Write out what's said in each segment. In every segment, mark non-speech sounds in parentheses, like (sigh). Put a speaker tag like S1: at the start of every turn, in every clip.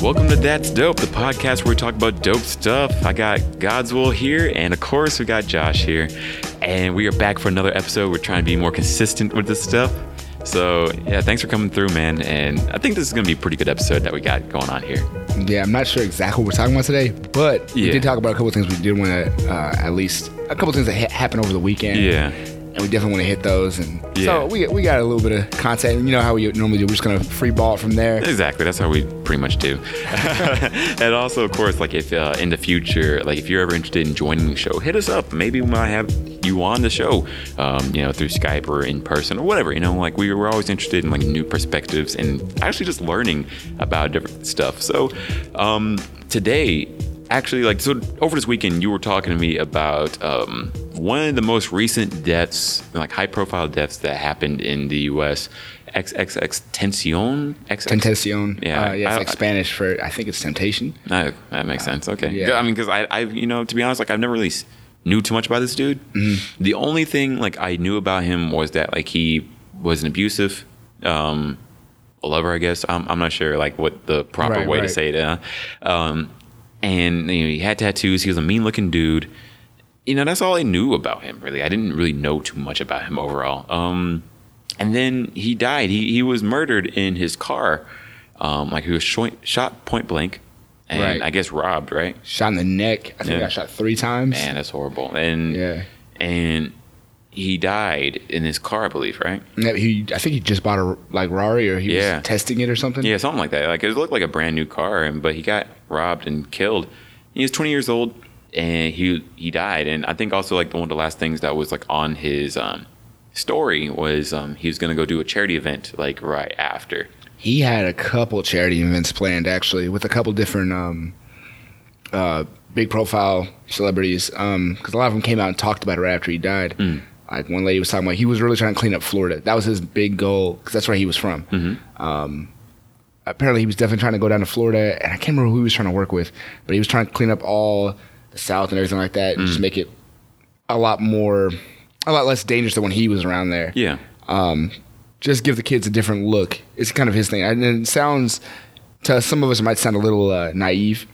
S1: Welcome to That's Dope, the podcast where we talk about dope stuff. I got Godswill here, and of course, we got Josh here. And we are back for another episode. We're trying to be more consistent with this stuff. So, yeah, thanks for coming through, man. And I think this is going to be a pretty good episode that we got going on here.
S2: Yeah, I'm not sure exactly what we're talking about today, but we
S1: Yeah.
S2: did talk about a couple things we did want to, uh, at least a couple things that ha- happened over the weekend.
S1: Yeah.
S2: And we definitely want to hit those. And
S1: Yeah.
S2: so we, we got a little bit of content. You know how we normally do. We're just going to free ball it from there.
S1: Exactly. That's how we pretty much do. (laughs) and also, of course, like if uh, in the future, like if you're ever interested in joining the show, hit us up. Maybe we might have you on the show, um, you know, through Skype or in person or whatever. You know, like we were always interested in like new perspectives and actually just learning about different stuff. So um, today, actually, like so over this weekend, you were talking to me about um, one of the most recent deaths, like high-profile deaths that happened in the U.S. XXX Tension, XX
S2: Tentacion.
S1: Yeah,
S2: Uh, yeah,
S1: I-
S2: it's like
S1: I-
S2: Spanish for, I think it's temptation.
S1: no, that makes sense. Okay.
S2: Uh, yeah.
S1: Yeah. I mean, because I, I, you know, to be honest, like I've never really s- knew too much about this dude.
S2: Mm-hmm.
S1: The only thing like I knew about him was that like he was an abusive, um, lover. I guess I'm, I'm not sure like what the proper
S2: Right,
S1: way
S2: right.
S1: to say it. Uh, um, and you know, he had tattoos. He was a mean looking dude. You know, that's all I knew about him. Really, I didn't really know too much about him overall. Um, and then he died. He he was murdered in his car. Um, like he was shoi- shot point blank, and
S2: Right.
S1: I guess robbed. Right?
S2: Shot in the neck. I think I
S1: Yeah.
S2: got shot three times.
S1: Man, that's horrible. And
S2: Yeah.
S1: and he died in his car, I believe. Right?
S2: Yeah, He, I think he just bought a like Rari or he
S1: Yeah.
S2: was testing it or something.
S1: Yeah, something like that. Like it looked like a brand new car, and but he got robbed and killed. He was 20 years old, and he he died. And I think also like one of the last things that was like on his um, story was um, he was gonna go do a charity event like right after.
S2: He had a couple charity events planned actually with a couple different um, uh, big profile celebrities because a lot of them came out and talked about it right after he died. Like one lady was talking about he was really trying to clean up Florida. That was his big goal because that's where he was from. Um, apparently, he was definitely trying to go down to Florida, and I can't remember who he was trying to work with, but he was trying to clean up all the South and everything like that, and just make it a lot more, a lot less dangerous than when he was around there
S1: Yeah.
S2: just give the kids a different look. It's kind of his thing. And it sounds to some of us it might sound a little uh, naive,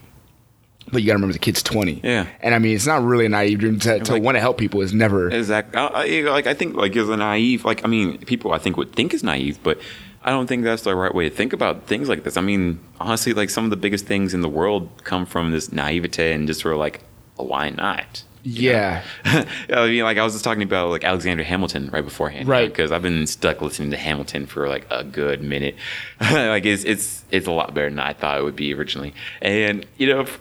S2: but you got to remember the kid's twenty.
S1: Yeah.
S2: And I mean, it's not really a naive dream to, to
S1: like-
S2: want to help people is never.
S1: Exactly. I, I, like I think like is a naive. Like I mean, people I think would think is naive, but I don't think that's the right way to think about things like this. I mean, honestly, like some of the biggest things in the world come from this naivete and just sort of like, why not?
S2: yeah.
S1: I mean, like I was just talking about like Alexander Hamilton right beforehand,
S2: Right.
S1: Because I've been stuck listening to Hamilton for like a good minute. (laughs) like it's it's it's a lot better than I thought it would be originally. And you know, f-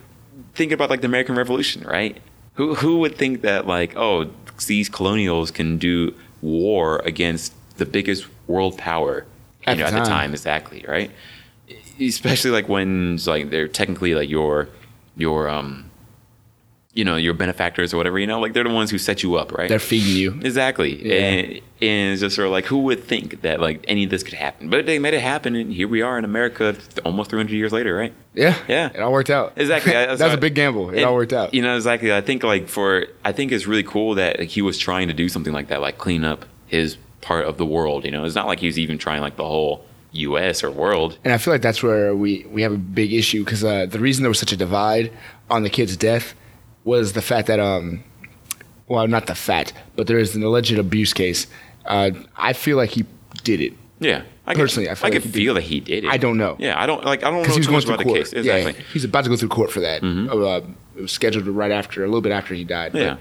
S1: think about like the American Revolution, right? Who who would think that like oh these colonials can do war against the biggest world power you
S2: At
S1: know,
S2: the
S1: at the
S2: time.
S1: time exactly, right? E, Especially like when it's, like they're technically like your your um you know your benefactors or whatever you know like they're the ones who set you up right
S2: They're feeding you.
S1: exactly
S2: Yeah.
S1: and, and it's just sort of like who would think that like any of this could happen but they made it happen and here we are in america almost 300 years later right
S2: Yeah.
S1: Yeah.
S2: It all worked out. (laughs)
S1: Exactly. I-
S2: That's
S1: so I-
S2: a big gamble. It
S1: and,
S2: all worked out.
S1: You know, exactly. I think like for I think it's really cool that like, he was trying to do something like that, like clean up his part of the world. You know, it's not like he was even trying like the whole U.S. or world.
S2: And I feel like that's where we, we have a big issue because uh, the reason there was such a divide on the kid's death was the fact that, um, well, not the fact, but there is an alleged abuse case. Uh, I feel like he did it.
S1: Yeah, I
S2: Personally, I
S1: I,
S2: feel
S1: I
S2: like
S1: could
S2: he did.
S1: feel that he did it.
S2: I don't know.
S1: Yeah, I don't like. I don't know
S2: because he was
S1: too
S2: going
S1: much
S2: through
S1: about
S2: court.
S1: the case. Exactly. Mm-hmm.
S2: Yeah, he's about to go through court for that. Uh, it was scheduled right after, a little bit after he died. but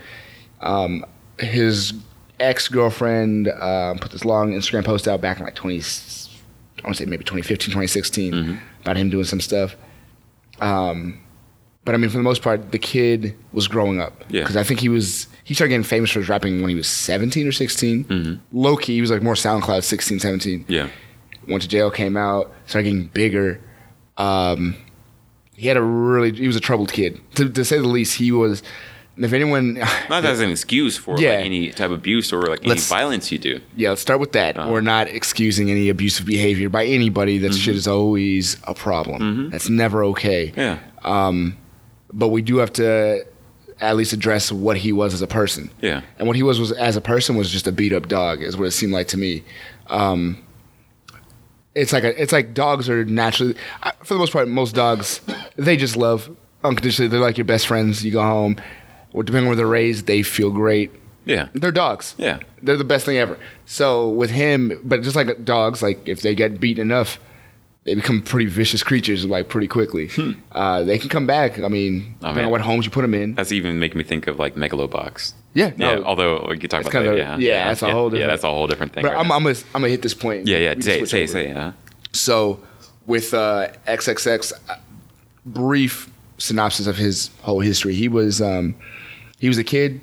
S1: Yeah.
S2: his ex girlfriend um, put this long Instagram post out back in like 20, I want to say maybe 2015, 2016,
S1: Mm-hmm.
S2: about him doing some stuff. Um, but I mean, for the most part, the kid was growing up.
S1: Yeah.
S2: Because I think he was, he started getting famous for his rapping when he was 17 or 16.
S1: Mm-hmm.
S2: Low key, he was like more SoundCloud 16, 17
S1: Yeah.
S2: went to jail, came out, started getting bigger. Um, he had a really he was a troubled kid to, to say the least. He was. and If anyone, (sighs)
S1: Not as an excuse for
S2: Yeah.
S1: like, any type of abuse or like
S2: Let's-
S1: any violence you do.
S2: yeah, let's start with that. We're not excusing any abusive behavior by anybody. That shit is always a problem. That's never okay.
S1: Yeah.
S2: But we do have to at least address what he was as a person.
S1: Yeah.
S2: And what he was was as a person was just a beat up dog, is what it seemed like to me. Um, it's like a, it's like dogs are naturally I- for the most part most dogs they just love unconditionally they're like your best friends you go home or depending on where they're raised they feel great
S1: Yeah.
S2: they're dogs
S1: Yeah.
S2: they're the best thing ever so with him but just like dogs like if they get beaten enough they become pretty vicious creatures like pretty quickly uh, they can come back i mean depending
S1: Hmm. Oh, man.
S2: on what homes you put them in
S1: That's even making me think of like Megalobox.
S2: yeah
S1: Yeah,
S2: no.
S1: although we could talk
S2: It's
S1: about that.
S2: kinda-
S1: yeah,
S2: yeah, that's a whole
S1: Yeah,
S2: different-
S1: that's a whole different thing.
S2: but
S1: right
S2: I'm,
S1: now.
S2: I'm, gonna, I'm gonna hit this point
S1: yeah, yeah.
S2: We can
S1: Say,
S2: switch
S1: say,
S2: over.
S1: say. Yeah.
S2: So, with uh, XXX, uh, brief synopsis of his whole history. He was um, he was a kid,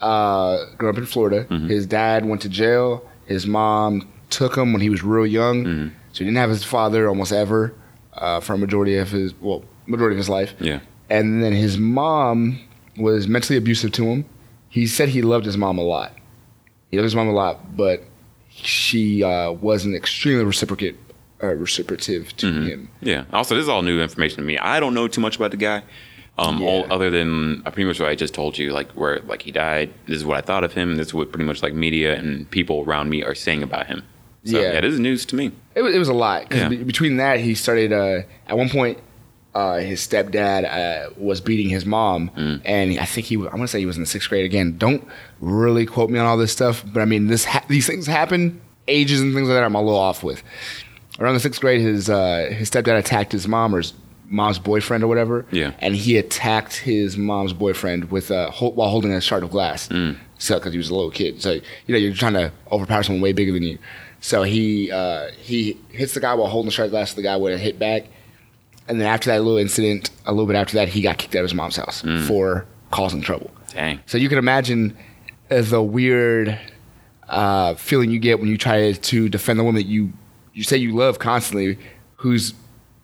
S2: uh, grew up in Florida. His dad went to jail. His mom took him when he was real young, so he didn't have his father almost ever uh, for a majority of his well majority of his life.
S1: Yeah.
S2: And then his mom was mentally abusive to him. He said he loved his mom a lot. He loved his mom a lot, but she uh, wasn't extremely reciprocate, uh, reciprocative to
S1: Mm-hmm.
S2: him.
S1: Yeah. Also, this is all new information to me. I don't know too much about the guy, um,
S2: Yeah.
S1: all, other than uh, pretty much what I just told you. Like where like he died. This is what I thought of him. This is what pretty much like media and people around me are saying about him. So, yeah.
S2: Yeah.
S1: this is news to me.
S2: It was, it was a lot 'cause
S1: Yeah.
S2: be- between that, he started uh, at one point. Uh, his stepdad uh, was beating his mom,
S1: Mm.
S2: and I think he. wa- I want to say he was in the sixth grade again. Don't really quote me on all this stuff, but I mean, this ha- these things happen. Ages and things like that, I'm a little off with. around the sixth grade, his uh, his stepdad attacked his mom or his mom's boyfriend or whatever.
S1: Yeah.
S2: And he attacked his mom's boyfriend with uh, hol- while holding a shard of glass.
S1: Mm.
S2: So because he was a little kid, so you know you're trying to overpower someone way bigger than you. So he uh, he hits the guy while holding the shard of glass. The guy wouldn't hit back. And then after that little incident, a little bit after that, he got kicked out of his mom's house for causing trouble.
S1: Dang.
S2: So you can imagine uh, the weird uh, feeling you get when you try to defend the woman that you you say you love constantly, who's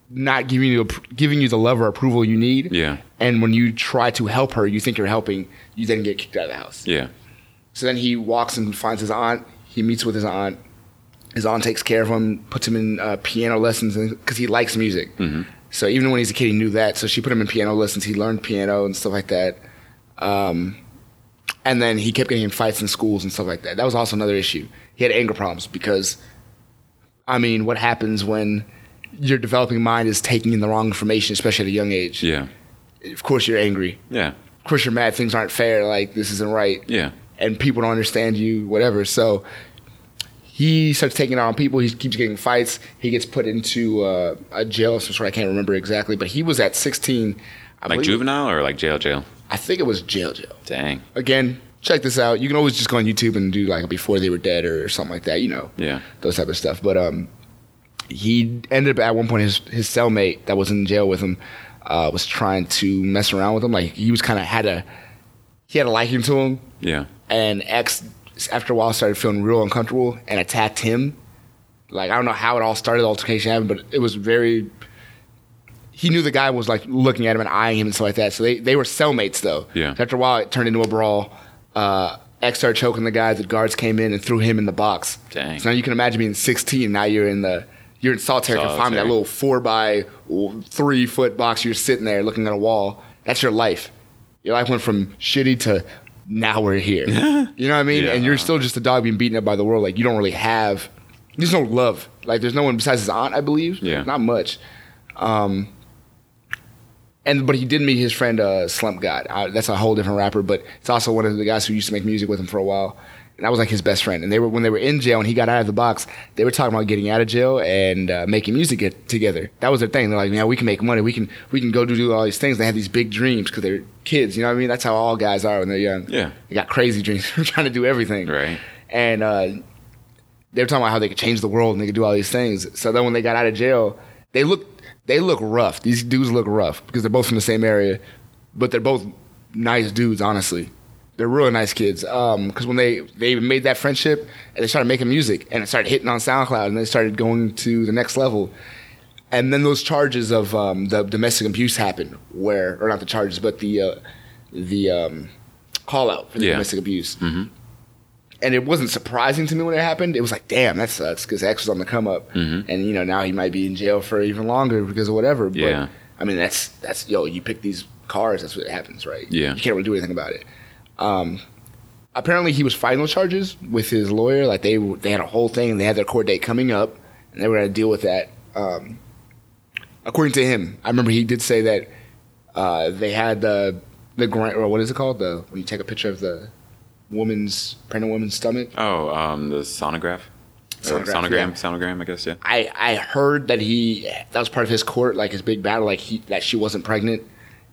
S2: not giving you giving you the love or approval you need.
S1: Yeah.
S2: And when you try to help her, you think you're helping. You then get kicked out of the house.
S1: Yeah.
S2: So then he walks and finds his aunt. He meets with his aunt. His aunt takes care of him, puts him in uh, piano lessons because he likes music. So even when he's a kid, he knew that. So she put him in piano lessons. He learned piano and stuff like that. Um, and then he kept getting in fights in schools and stuff like that. That was also another issue. He had anger problems because, I mean, what happens when your developing mind is taking in the wrong information, especially at a young age?
S1: Yeah.
S2: Of course, you're angry.
S1: Yeah.
S2: Of course, you're mad. Things aren't fair. Like, this isn't right
S1: Yeah.
S2: and people don't understand you, whatever. So he starts taking out on people. He keeps getting fights. He gets put into uh, a jail of some sort. I can't remember exactly, but he was at 16. I
S1: Like
S2: believe-
S1: juvenile or like jail jail.
S2: I think it was jail jail.
S1: Dang.
S2: Again, check this out. You can always just go on YouTube and do like before they were dead or something like that. You know,
S1: Yeah.
S2: those type of stuff. But um, he ended up at one point his his cellmate that was in jail with him uh, was trying to mess around with him. Like he was kind of had a he had a liking to him
S1: Yeah.
S2: and X after a while started feeling real uncomfortable and attacked him. Like I don't know how it all started, the altercation happened, but it was very. He knew the guy was like looking at him and eyeing him and stuff like that. So they, they were cellmates though.
S1: Yeah.
S2: After a while, it turned into a brawl. Uh, X started choking the guy. The guards came in and threw him in the box.
S1: Dang.
S2: So now you can imagine being 16. Now you're in the you're in solitary, confinement.
S1: Solitary.
S2: That little four by three foot box. You're sitting there looking at a wall. That's your life. Your life went from shitty to now
S1: (laughs)
S2: we're here. you know what I mean?
S1: Yeah.
S2: And you're still just a dog being beaten up by the world. Like you don't really have. There's no love. Like there's no one besides his aunt, I believe.
S1: Yeah.
S2: Not much. Um. And but he did meet his friend uh, Slump God. I, that's a whole different rapper, but it's also one of the guys who used to make music with him for a while. And I was like his best friend. And they were when they were in jail and he got out of the box. They were talking about getting out of jail and uh, making music get together. That was their thing. They're like, man, we can make money. We can we can go do, do all these things. They had these big dreams because they're kids. You know what I mean? That's how all guys are when they're young.
S1: Yeah.
S2: They got crazy dreams. (laughs) They're trying to do everything.
S1: Right.
S2: And uh, they were talking about how they could change the world and they could do all these things. So then when they got out of jail, they look they look rough. These dudes look rough because they're both from the same area, but they're both nice dudes. Honestly, they're really nice kids. Because when they they made that friendship and they started making music and it started hitting on SoundCloud and they started going to the next level. And then those charges of um, the domestic abuse happened, where or not the charges, but the uh, the um, call out for the
S1: Yeah.
S2: domestic abuse and it wasn't surprising to me when it happened. It was like, damn, that sucks because X was on the come up,
S1: Mm-hmm.
S2: and you know now he might be in jail for even longer because of whatever. But,
S1: Yeah.
S2: I mean that's that's yo, you pick these cars, that's what happens, right?
S1: Yeah.
S2: you can't really do anything about it. Um, apparently he was fighting those charges with his lawyer. Like they they had a whole thing. They had their court date coming up. and they were going to deal with that. Um, according to him, I remember he did say that uh, they had the the grant or what is it called? The when you take a picture of the woman's pregnant woman's stomach.
S1: Oh, um, the sonograph. Or
S2: Sonograph,
S1: sonogram,
S2: yeah.
S1: sonogram, I guess, yeah.
S2: I I heard that he that was part of his court, like his big battle, like he that she wasn't pregnant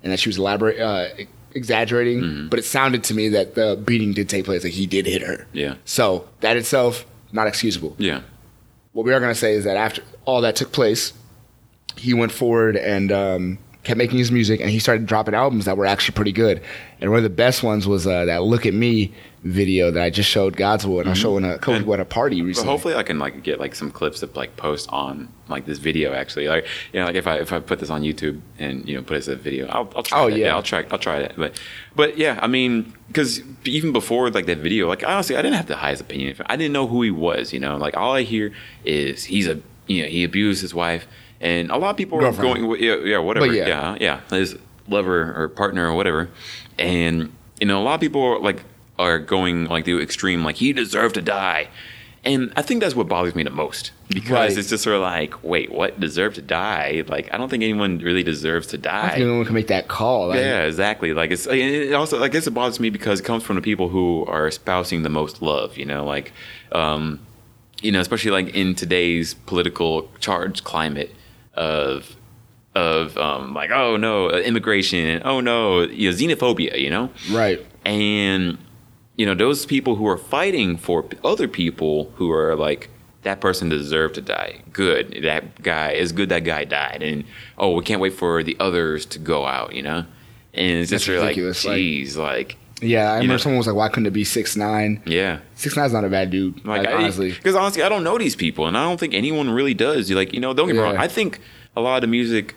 S2: and that she was elaborate uh, exaggerating.
S1: Mm-hmm.
S2: But it sounded to me that the beating did take place, that he did hit her.
S1: Yeah.
S2: So that itself not excusable.
S1: Yeah.
S2: What we are going to say is that after all that took place, he went forward and um, kept making his music, and he started dropping albums that were actually pretty good. And one of the best ones was uh, that "Look at Me" video that I just showed Godswill, and I was showing a couple
S1: Mm-hmm. And-
S2: people at a party
S1: But
S2: recently.
S1: hopefully, I can like get like some clips of like post on like this video actually. Like you know, like if I if I put this on YouTube and you know put it as a video, I'll, I'll try.
S2: Oh,
S1: that.
S2: yeah.
S1: I'll try. I'll try that. But but yeah, I mean, because even before like that video, like honestly, I didn't have the highest opinion. of him. I didn't know who he was. You know, like all I hear is he's a you know he abused his wife, and a lot of people are
S2: Girlfriend.
S1: going with- yeah yeah whatever
S2: But yeah.
S1: yeah yeah his lover or partner or whatever, and you know a lot of people are like are going like the extreme like he deserved to die. And I think that's what bothers me the most because
S2: Right.
S1: it's just sort of like, wait, what? Deserve to die? Like, I don't think anyone really deserves to
S2: I
S1: die.
S2: think anyone can make that call. Like,
S1: yeah, exactly. Like, it's and it also, I guess it bothers me because it comes from the people who are espousing the most love, you know, like, um, you know, especially like in today's political charged climate of, of um, like, oh no, immigration, oh no, you know, xenophobia, you know?
S2: Right.
S1: and you know those people who are fighting for p- other people who are like that person deserved to die good that guy is good that guy died and oh we can't wait for the others to go out you know and it's
S2: That's
S1: just really like
S2: ridiculous, like-
S1: jeez like,
S2: Yeah, I remember
S1: know-
S2: someone was like, "Why couldn't it be six nine?
S1: yeah
S2: Six nine's not a bad dude. Like,
S1: like
S2: honestly,
S1: because honestly i don't know these people and i don't think anyone really does you like you know don't get me wrong
S2: Yeah.
S1: i think a lot of the music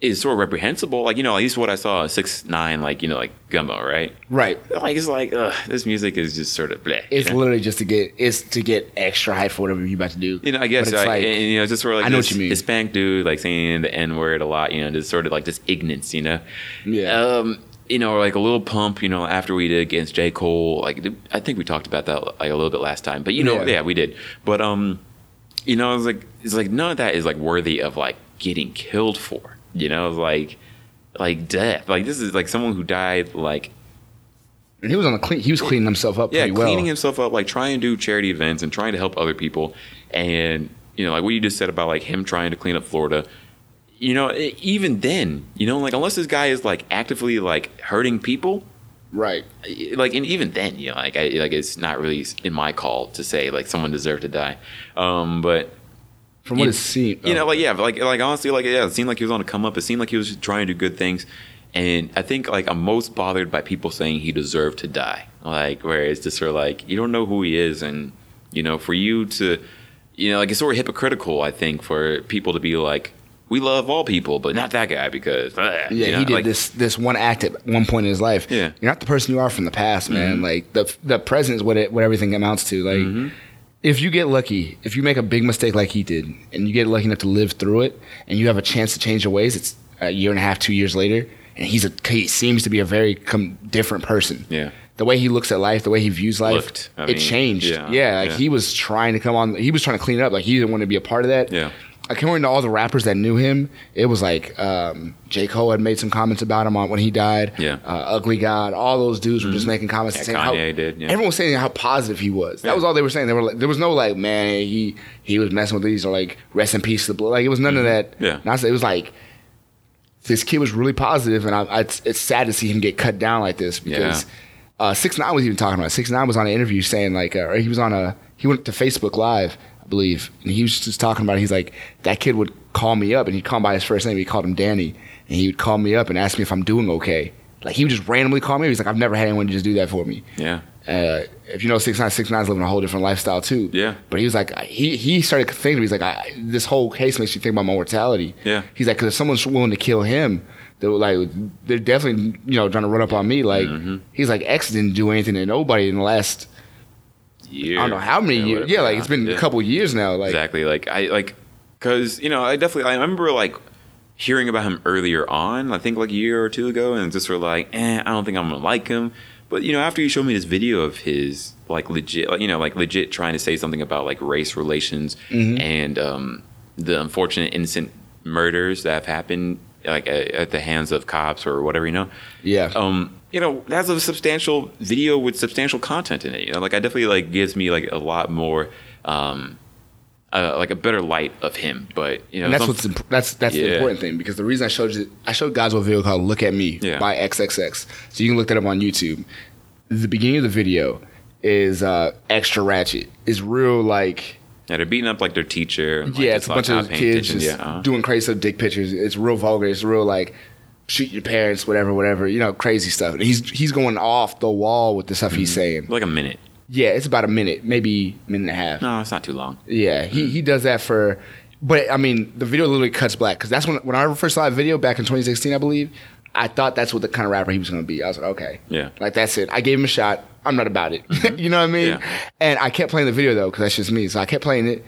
S1: is sort of reprehensible like you know at least what i saw six nine like you know like gumbo right
S2: right?
S1: like it's like ugh, this music is just sort of bleh, you
S2: It's
S1: know?
S2: literally just to get it's to get extra hype for whatever you're about to do.
S1: You know, I guess
S2: But it's
S1: I,
S2: like,
S1: and, you know, just sort of like
S2: I know
S1: this
S2: what you mean.
S1: Hispanic dude, like saying the N word a lot. You know, just sort of like this ignorance. You know,
S2: Yeah.
S1: Um, you know, or like a little pump. You know, after we did against J Cole, like I think we talked about that like a little bit last time. But you know,
S2: Yeah.
S1: yeah, we did. But um, you know, it's like it's like none of that is like worthy of like getting killed for. You know, it's like like death. Like this is like someone who died like
S2: and he was on the clean. He was cleaning himself up.
S1: yeah,
S2: pretty well.
S1: cleaning himself up, like trying to do charity events and trying to help other people. And you know, like what you just said about like him trying to clean up Florida. You know, e- even then, you know, like unless this guy is like actively like hurting people,
S2: Right.
S1: e- like and even then, you know, like I like it's not really in my call to say like someone deserved to die. Um, but
S2: From what
S1: You-
S2: it seemed,
S1: you
S2: oh,
S1: know, like yeah, like like honestly, like yeah, it seemed like he was on a come up. It seemed like he was just trying to do good things. And I think like I'm most bothered by people saying he deserved to die. Like where it's just sort of like you don't know who he is, and you know, for you to, you know, like it's sort of hypocritical. I think for people to be like, we love all people, but not that guy because uh,
S2: yeah,
S1: you know,
S2: he did
S1: like,
S2: this this one act at one point in his life.
S1: Yeah. Mm-hmm.
S2: you're not the person you are from the past, man. Like the the present is what it what everything amounts to. Like if you get lucky, if you make a big mistake like he did, and you get lucky enough to live through it, and you have a chance to change your ways, it's a year and a half, two years later, and he's a he seems to be a very com- different person.
S1: Yeah.
S2: The way he looks at life, the way he views life,
S1: Looked, I
S2: it
S1: mean,
S2: changed.
S1: yeah,
S2: Yeah, like
S1: yeah.
S2: he was trying to come on. He was trying to clean it up. Like he didn't want to be a part of that.
S1: Yeah.
S2: According to all the rappers that knew him, it was like um, J. Cole had made some comments about him on when he died.
S1: Yeah. Mm-hmm.
S2: Uh, Ugly God, all those dudes were just making comments
S1: Yeah,
S2: saying how
S1: Kanye did, yeah.
S2: everyone was saying how positive he was. That
S1: Yeah.
S2: was all they were saying. They were like, there was no like, man, he he was messing with these or like rest in peace to the blood. Like it was none of that.
S1: Mm-hmm. Yeah.
S2: Nonsense. It was like this kid was really positive, and I, I, it's, it's sad to see him get cut down like this because uh, Six Nine was even talking about. It. Six Nine was on an interview saying like, uh, or he was on a he went to Facebook Live, I believe, and he was just talking about. It. He's like, that kid would call me up, and he'd call him by his first name. He called him Danny, and he would call me up and ask me if I'm doing okay. Like he would just randomly call me. He's like, I've never had anyone just do that for me.
S1: yeah,
S2: Uh, if you know six nine six nine's living a whole different lifestyle too.
S1: Yeah.
S2: But he was like, I- he he started thinking. He's like, I, this whole case makes you think about my mortality.
S1: Yeah.
S2: He's like, because if someone's willing to kill him, they're like, they're definitely you know trying to run up on me. Like,
S1: Mm-hmm.
S2: he's like, X didn't do anything to nobody in the last
S1: year.
S2: I don't know how many
S1: Yeah,
S2: years.
S1: whatever.
S2: Yeah, like it's been a
S1: Yeah.
S2: couple years now. Like,
S1: exactly like i like because you know i definitely i remember like hearing about him earlier on i think like a year or two ago and just sort of like eh, i don't think i'm gonna like him but you know after you showed me this video of his like legit, like, you know, like legit trying to say something about like race relations and um, the unfortunate innocent murders that have happened like at, at the hands of cops or whatever, you know.
S2: Yeah.
S1: Um, you know, that's a substantial video with substantial content in it. You know, like I definitely like gives me like a lot more, um, uh, like a better light of him. But you know,
S2: And that's
S1: some-
S2: what's imp- that's that's the
S1: Yeah.
S2: important thing because the reason I showed you I showed God's Will video called "Look at Me"
S1: Yeah.
S2: by XXX, so you can look that up on YouTube. The beginning of the video is uh, extra ratchet. Is real like
S1: Yeah, they're beating up like their teacher. And, like,
S2: yeah,
S1: just,
S2: it's a
S1: like,
S2: bunch
S1: not
S2: of
S1: paying
S2: kids
S1: attention.
S2: just
S1: Yeah, uh-huh.
S2: doing crazy stuff, dick pictures. It's real vulgar. It's real like shoot your parents, whatever, whatever. You know, crazy stuff. And he's he's going off the wall with the stuff
S1: Mm-hmm.
S2: he's saying.
S1: like a minute.
S2: Yeah, it's about a minute, maybe minute and a half.
S1: No, it's not too long.
S2: Yeah, he, he does that for, but I mean, the video literally cuts black because that's when when I first saw that video back in 2016, I believe. I thought that's what the kind of rapper he was going to be. I was like, okay,
S1: Yeah. Uh,
S2: like that's it. I gave him a shot. I'm not about it. (laughs) you know what I mean?
S1: Mm-hmm. Yeah.
S2: And I kept playing the video though because that's just me. So I kept playing it,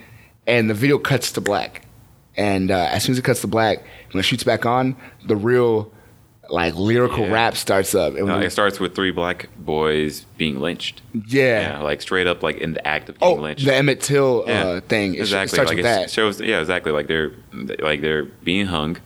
S2: and the video cuts to black. And uh, as soon as it cuts to black, when it shoots back on, the real like lyrical
S1: Yeah.
S2: rap starts up. And
S1: No,
S2: we-
S1: it starts with three black boys being lynched. Yeah,
S2: yeah.
S1: like straight up, like in the act of being
S2: Oh,
S1: lynched.
S2: the Emmett Till uh,
S1: Yeah,
S2: thing. It, sh- it
S1: exactly.
S2: starts
S1: like
S2: with
S1: it
S2: that.
S1: shows. Yeah, exactly. Like they're like they're being hung,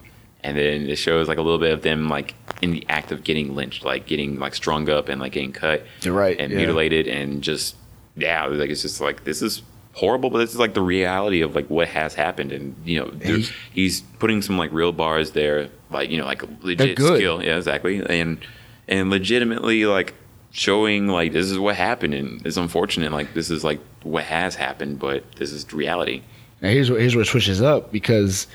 S1: and then it shows like a little bit of them like in the act of getting lynched, like getting like strung up and like getting cut.
S2: You're right,
S1: And
S2: yeah.
S1: mutilated and just yeah, like it's just like this is horrible, but this is like the reality of like what has happened, and you know there-
S2: he-
S1: he's putting some like real bars there, like you know like legit
S2: good.
S1: skill. Yeah, exactly. And and legitimately like showing like this is what happened and it's unfortunate like this is like what has happened but this is reality
S2: Now here's where here's where it switches up because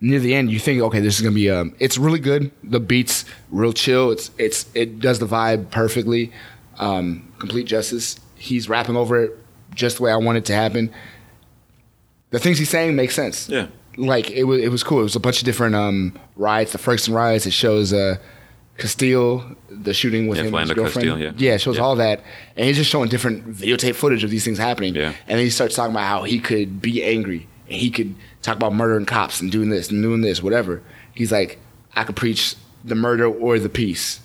S2: near the end you think, okay, this is gonna be um, it's really good. The beats real chill. It's it's it does the vibe perfectly. Um, complete justice. He's rapping over it just the way I want it to happen. The things he's saying make sense.
S1: yeah
S2: Like it was it was cool. It was a bunch of different um riots, the Ferguson riots. It shows uh Castile, the shooting with
S1: Yeah,
S2: him and his
S1: Philando
S2: girlfriend.
S1: Castile, yeah.
S2: it shows
S1: Yeah.
S2: all that. And he's just showing different videotape footage of these things happening.
S1: Yeah.
S2: And then he starts talking about how he could be angry and he could talk about murdering cops and doing this and doing this, whatever. He's like, I could preach the murder or the peace.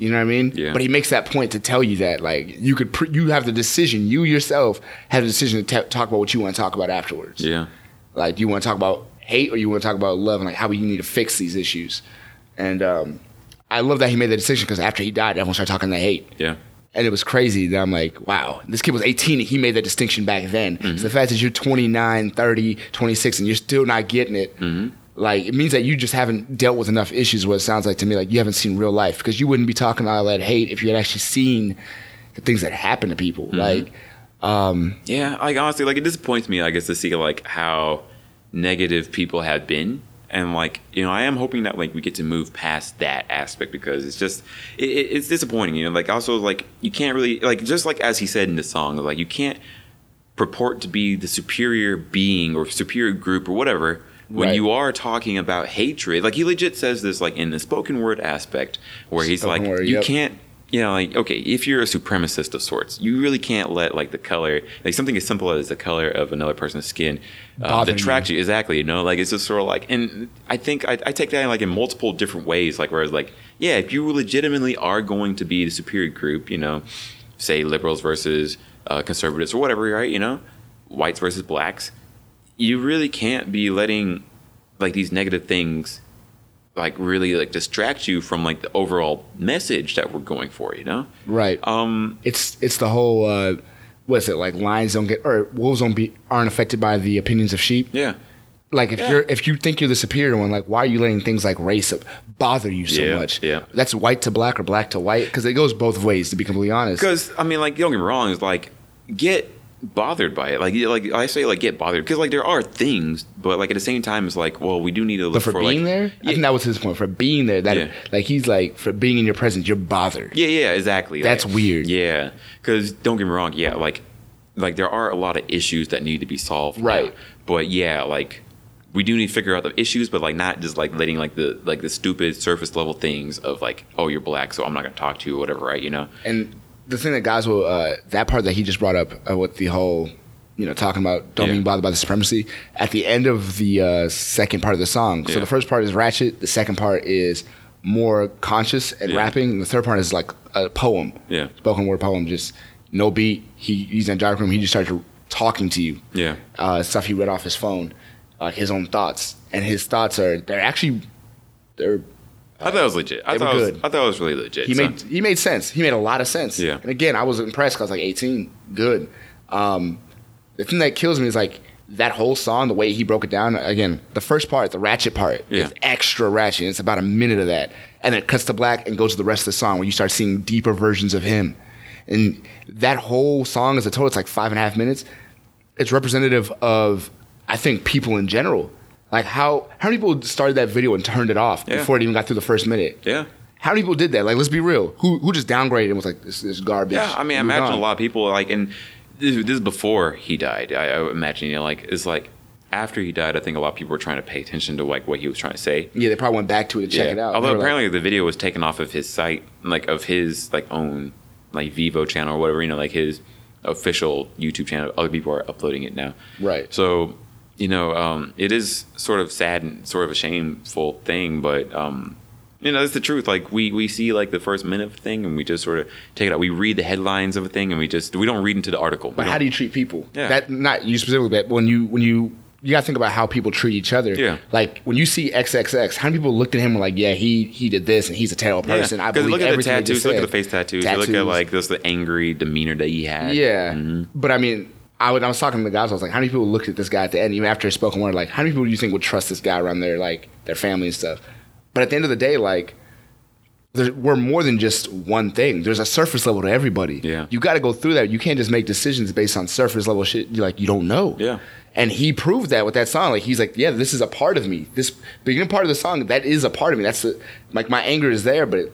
S2: You know what I mean?
S1: Yeah.
S2: But he makes that point to tell you that, like, you could, pre- you have the decision, you yourself have the decision to ta talk about what you want to talk about afterwards.
S1: yeah
S2: Like, do you want to talk about hate or you want to talk about love and like how you need to fix these issues? And um, I love that he made the decision because after he died, everyone started talking that hate.
S1: yeah
S2: And it was crazy that I'm like, wow, this kid was 18 and he made that distinction back then. So the fact that you're 29, 30, 26, and you're still not getting it, like, it means that you just haven't dealt with enough issues, what it sounds like to me. Like, you haven't seen real life because you wouldn't be talking all that hate if you had actually seen the things that happen to people. Like,
S1: yeah like honestly like it disappoints me i guess to see like how negative people have been and like you know i am hoping that like we get to move past that aspect because it's just it, it, it's disappointing you know like also like you can't really like just like as he said in the song like you can't purport to be the superior being or superior group or whatever when
S2: Right.
S1: you are talking about hatred like he legit says this like in the spoken word aspect where he's
S2: Spoken
S1: like
S2: word,
S1: you
S2: yep.
S1: can't you know like okay if you're a supremacist of sorts you really can't let like the color like something as simple as the color of another person's skin uh,
S2: Bother you.
S1: detract you exactly you know like it's just sort of like and i think I, I take that in like in multiple different ways like where it's like yeah if you legitimately are going to be the superior group you know say liberals versus uh, conservatives or whatever, right? You know, whites versus blacks. You really can't be letting like these negative things like really like distract you from like the overall message that we're going for. You know,
S2: right.
S1: um,
S2: it's it's the whole uh what's it like lions don't get or wolves don't be aren't affected by the opinions of sheep
S1: yeah,
S2: like if
S1: Yeah.
S2: you're if you think you're the superior one like why are you letting things like race up bother you so
S1: Yeah,
S2: much
S1: yeah.
S2: that's white to black or black to white because it goes both ways to be completely honest
S1: because I mean, like, don't get me wrong, it's like get bothered by it. Like, you- like I say, like get bothered because like there are things, but like at the same time, it's like, well, we do need to look
S2: but for, being
S1: like,
S2: there i
S1: Yeah,
S2: think that was his point for being there that
S1: Yeah.
S2: like he's like for being in your presence you're bothered
S1: Yeah, yeah, exactly.
S2: That's
S1: Like,
S2: weird.
S1: Yeah, because don't get me wrong. Yeah, like like there are a lot of issues that need to be solved. now.
S2: Right.
S1: But yeah, like we do need to figure out the issues, but like not just like letting like the like the stupid surface level things of like oh you're black, so I'm not gonna talk to you or whatever. Right. You know.
S2: and the thing that guys will uh, that part that he just brought up uh, with the whole you know talking about don't
S1: Yeah.
S2: being bothered by the supremacy at the end of the uh, second part of the song so
S1: Yeah.
S2: the first part is ratchet the second part is more conscious and
S1: Yeah.
S2: rapping and the third part is like a poem
S1: Yeah.
S2: spoken word poem just no beat. He he's in a dark room. He just starts talking to you.
S1: Yeah.
S2: Uh, stuff he read off his phone, like his own thoughts, and his thoughts are they're actually they're
S1: I thought it was legit. I
S2: they were
S1: thought it was,
S2: good.
S1: I thought it was really legit.
S2: he
S1: so-
S2: made he made sense. He made a lot of sense.
S1: Yeah.
S2: And again, I was impressed. 'cause I was like 18, good. Um, the thing that kills me is like that whole song, the way he broke it down. Again, the first part, the ratchet part,
S1: Yeah.
S2: is extra ratchet. It's about a minute of that, and it cuts to black and goes to the rest of the song where you start seeing deeper versions of him. And that whole song, as a total, it's like five and a half minutes. It's representative of, I think, people in general. Like how how many people started that video and turned it off
S1: Yeah.
S2: before it even got through the first minute?
S1: yeah.
S2: How many people did that? Like, let's be real. Who who just downgraded and was like, this is garbage?
S1: Yeah, I mean, I
S2: Moved
S1: imagine
S2: on.
S1: a lot of people like, and this, this is before he died. I, I would imagine, you know, like it's like after he died, I think a lot of people were trying to pay attention to like what he was trying to say.
S2: Yeah, they probably went back to it to check
S1: Yeah.
S2: it out. They
S1: Although
S2: were like,
S1: apparently the video was taken off of his site, like of his like own like Vivo channel or whatever, you know, like his official YouTube channel. Other people are uploading it now.
S2: Right.
S1: So, you know, um, it is sort of sad and sort of a shameful thing, but um, you know, that's the truth. Like we we see like the first minute of a thing and we just sort of take it out. We read the headlines of a thing and we just we don't read into the article.
S2: but how do you treat people?
S1: Yeah.
S2: That not you specifically, but when you when you you gotta think about how people treat each other.
S1: Yeah.
S2: Like when you see XXX, how many people looked at him and were like, yeah, he he did this and he's a terrible person. I believe
S1: look at the
S2: everything they
S1: tattoos,
S2: just
S1: look at
S2: said.
S1: the face tattoos, you look at
S2: Tattoos.
S1: like this the angry demeanor that he had.
S2: Yeah.
S1: Mm-hmm.
S2: But I mean, I, would, I was talking to the guys. I was like, how many people looked at this guy at the end, even after his spoken word? Like, how many people do you think would trust this guy around their like their family and stuff? But at the end of the day, like, there, we're more than just one thing. There's a surface level to everybody.
S1: Yeah.
S2: You got to go through that. You can't just make decisions based on surface level shit. You like you don't know.
S1: Yeah.
S2: And he proved that with that song. Like he's like, yeah, this is a part of me. This beginning part of the song that is a part of me. That's the, like my anger is there, but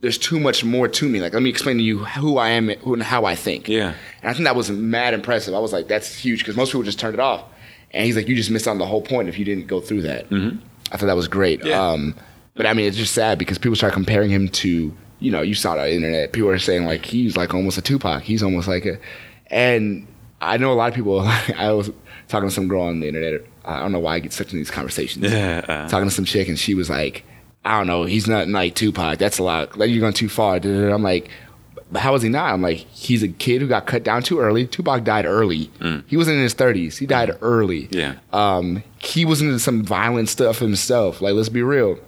S2: there's too much more to me. Like let me explain to you who I am, who and how I think.
S1: Yeah.
S2: And I think that was mad impressive. I was like, that's huge because most people just turned it off. And he's like, you just missed on the whole point if you didn't go through that. Mm-hmm. I thought that was great.
S1: Yeah.
S2: Um, but I mean, it's just sad because people start comparing him to, you know, you saw it on the internet. People are saying like he's like almost a Tupac. He's almost like a, and I know a lot of people. (laughs) I was talking to some girl on the internet. I don't know why I get sucked in these conversations.
S1: Yeah.
S2: Talking to some chick and she was like, I don't know, he's not like Tupac. That's a lot. Like you're going too far. Da-da-da. I'm like, but how is he not? I'm like, he's a kid who got cut down too early. Tupac died early. He wasn't in his 30s. He died early.
S1: Yeah.
S2: Um, he was into some violent stuff himself. Like, let's be real.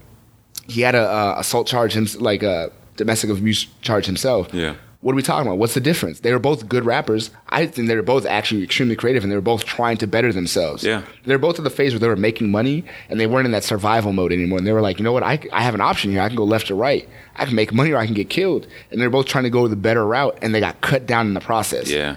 S2: He had a uh, assault charge, him, like a domestic abuse charge himself.
S1: Yeah.
S2: What are we talking about? What's the difference? They were both good rappers. I think they were both actually extremely creative, and they were both trying to better themselves.
S1: Yeah.
S2: They were both at the phase where they were making money, and they weren't in that survival mode anymore. And they were like, you know what? I, I have an option here. I can go left or right. I can make money, or I can get killed. And they're both trying to go the better route, and they got cut down in the process.
S1: Yeah.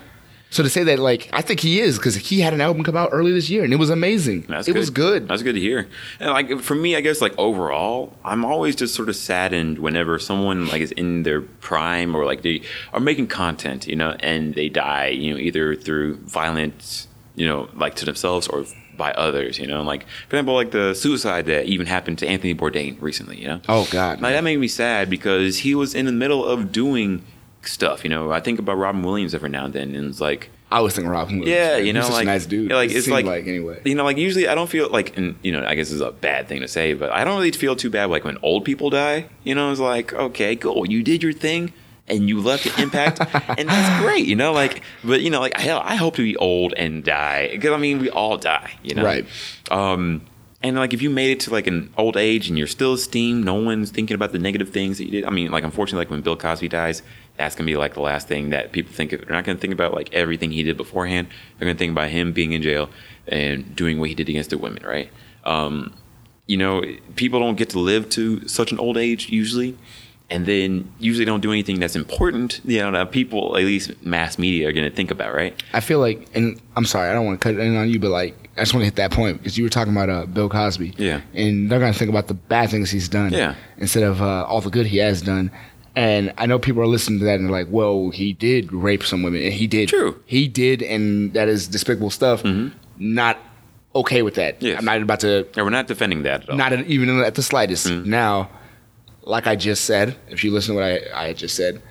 S2: So to say that, like, I think he is because he had an album come out early this year and it was amazing.
S1: That's
S2: it was good.
S1: That's good to hear. And like for me, I guess like overall, I'm always just sort of saddened whenever someone like is in their prime or like they are making content, you know, and they die, you know, either through violence, you know, like to themselves or by others, you know, like for example, like the suicide that even happened to Anthony Bourdain recently, you know.
S2: Oh God,
S1: Like that made me sad because he was in the middle of doing stuff, you know. I think about Robin Williams every now and then, and it's like.
S2: I was thinking Robin Williams.
S1: Yeah,
S2: man.
S1: you
S2: He's
S1: know,
S2: such
S1: like
S2: a nice dude.
S1: yeah, like
S2: It
S1: it's
S2: seemed
S1: like,
S2: anyway.
S1: You know, like usually I don't feel like, and you know, I guess this is a bad thing to say, but I don't really feel too bad like when old people die. You know, it's like okay, cool, you did your thing and you left an impact, and that's great. You know, like, but you know, like hell, I hope to be old and die because I mean we all die. You know,
S2: Right.
S1: Um, and like if you made it to like an old age and you're still esteemed, no one's thinking about the negative things that you did. I mean, like unfortunately, like when Bill Cosby dies, that's gonna be like the last thing that people think of. They're not gonna think about like everything he did beforehand. They're gonna think about him being in jail and doing what he did against the women, right? Um, you know, people don't get to live to such an old age usually, and then usually don't do anything that's important. You know, that people, at least mass media, are gonna think about, right?
S2: I feel like, and I'm sorry, I don't want to cut in on you, but like, I just want to hit that point because you were talking about uh, Bill Cosby.
S1: Yeah.
S2: And they're going to think about the bad things he's done
S1: Yeah.
S2: instead of uh, all the good he has done. And I know people are listening to that and they're like, well, he did rape some women. And he did.
S1: True. Mm-hmm.
S2: He did, and that is despicable stuff. Not okay with that.
S1: Yes.
S2: I'm not about to
S1: And we're not defending that at all. Mm.
S2: Not at, even at the slightest. Now, like I just said, if you listen to what I, I had just said,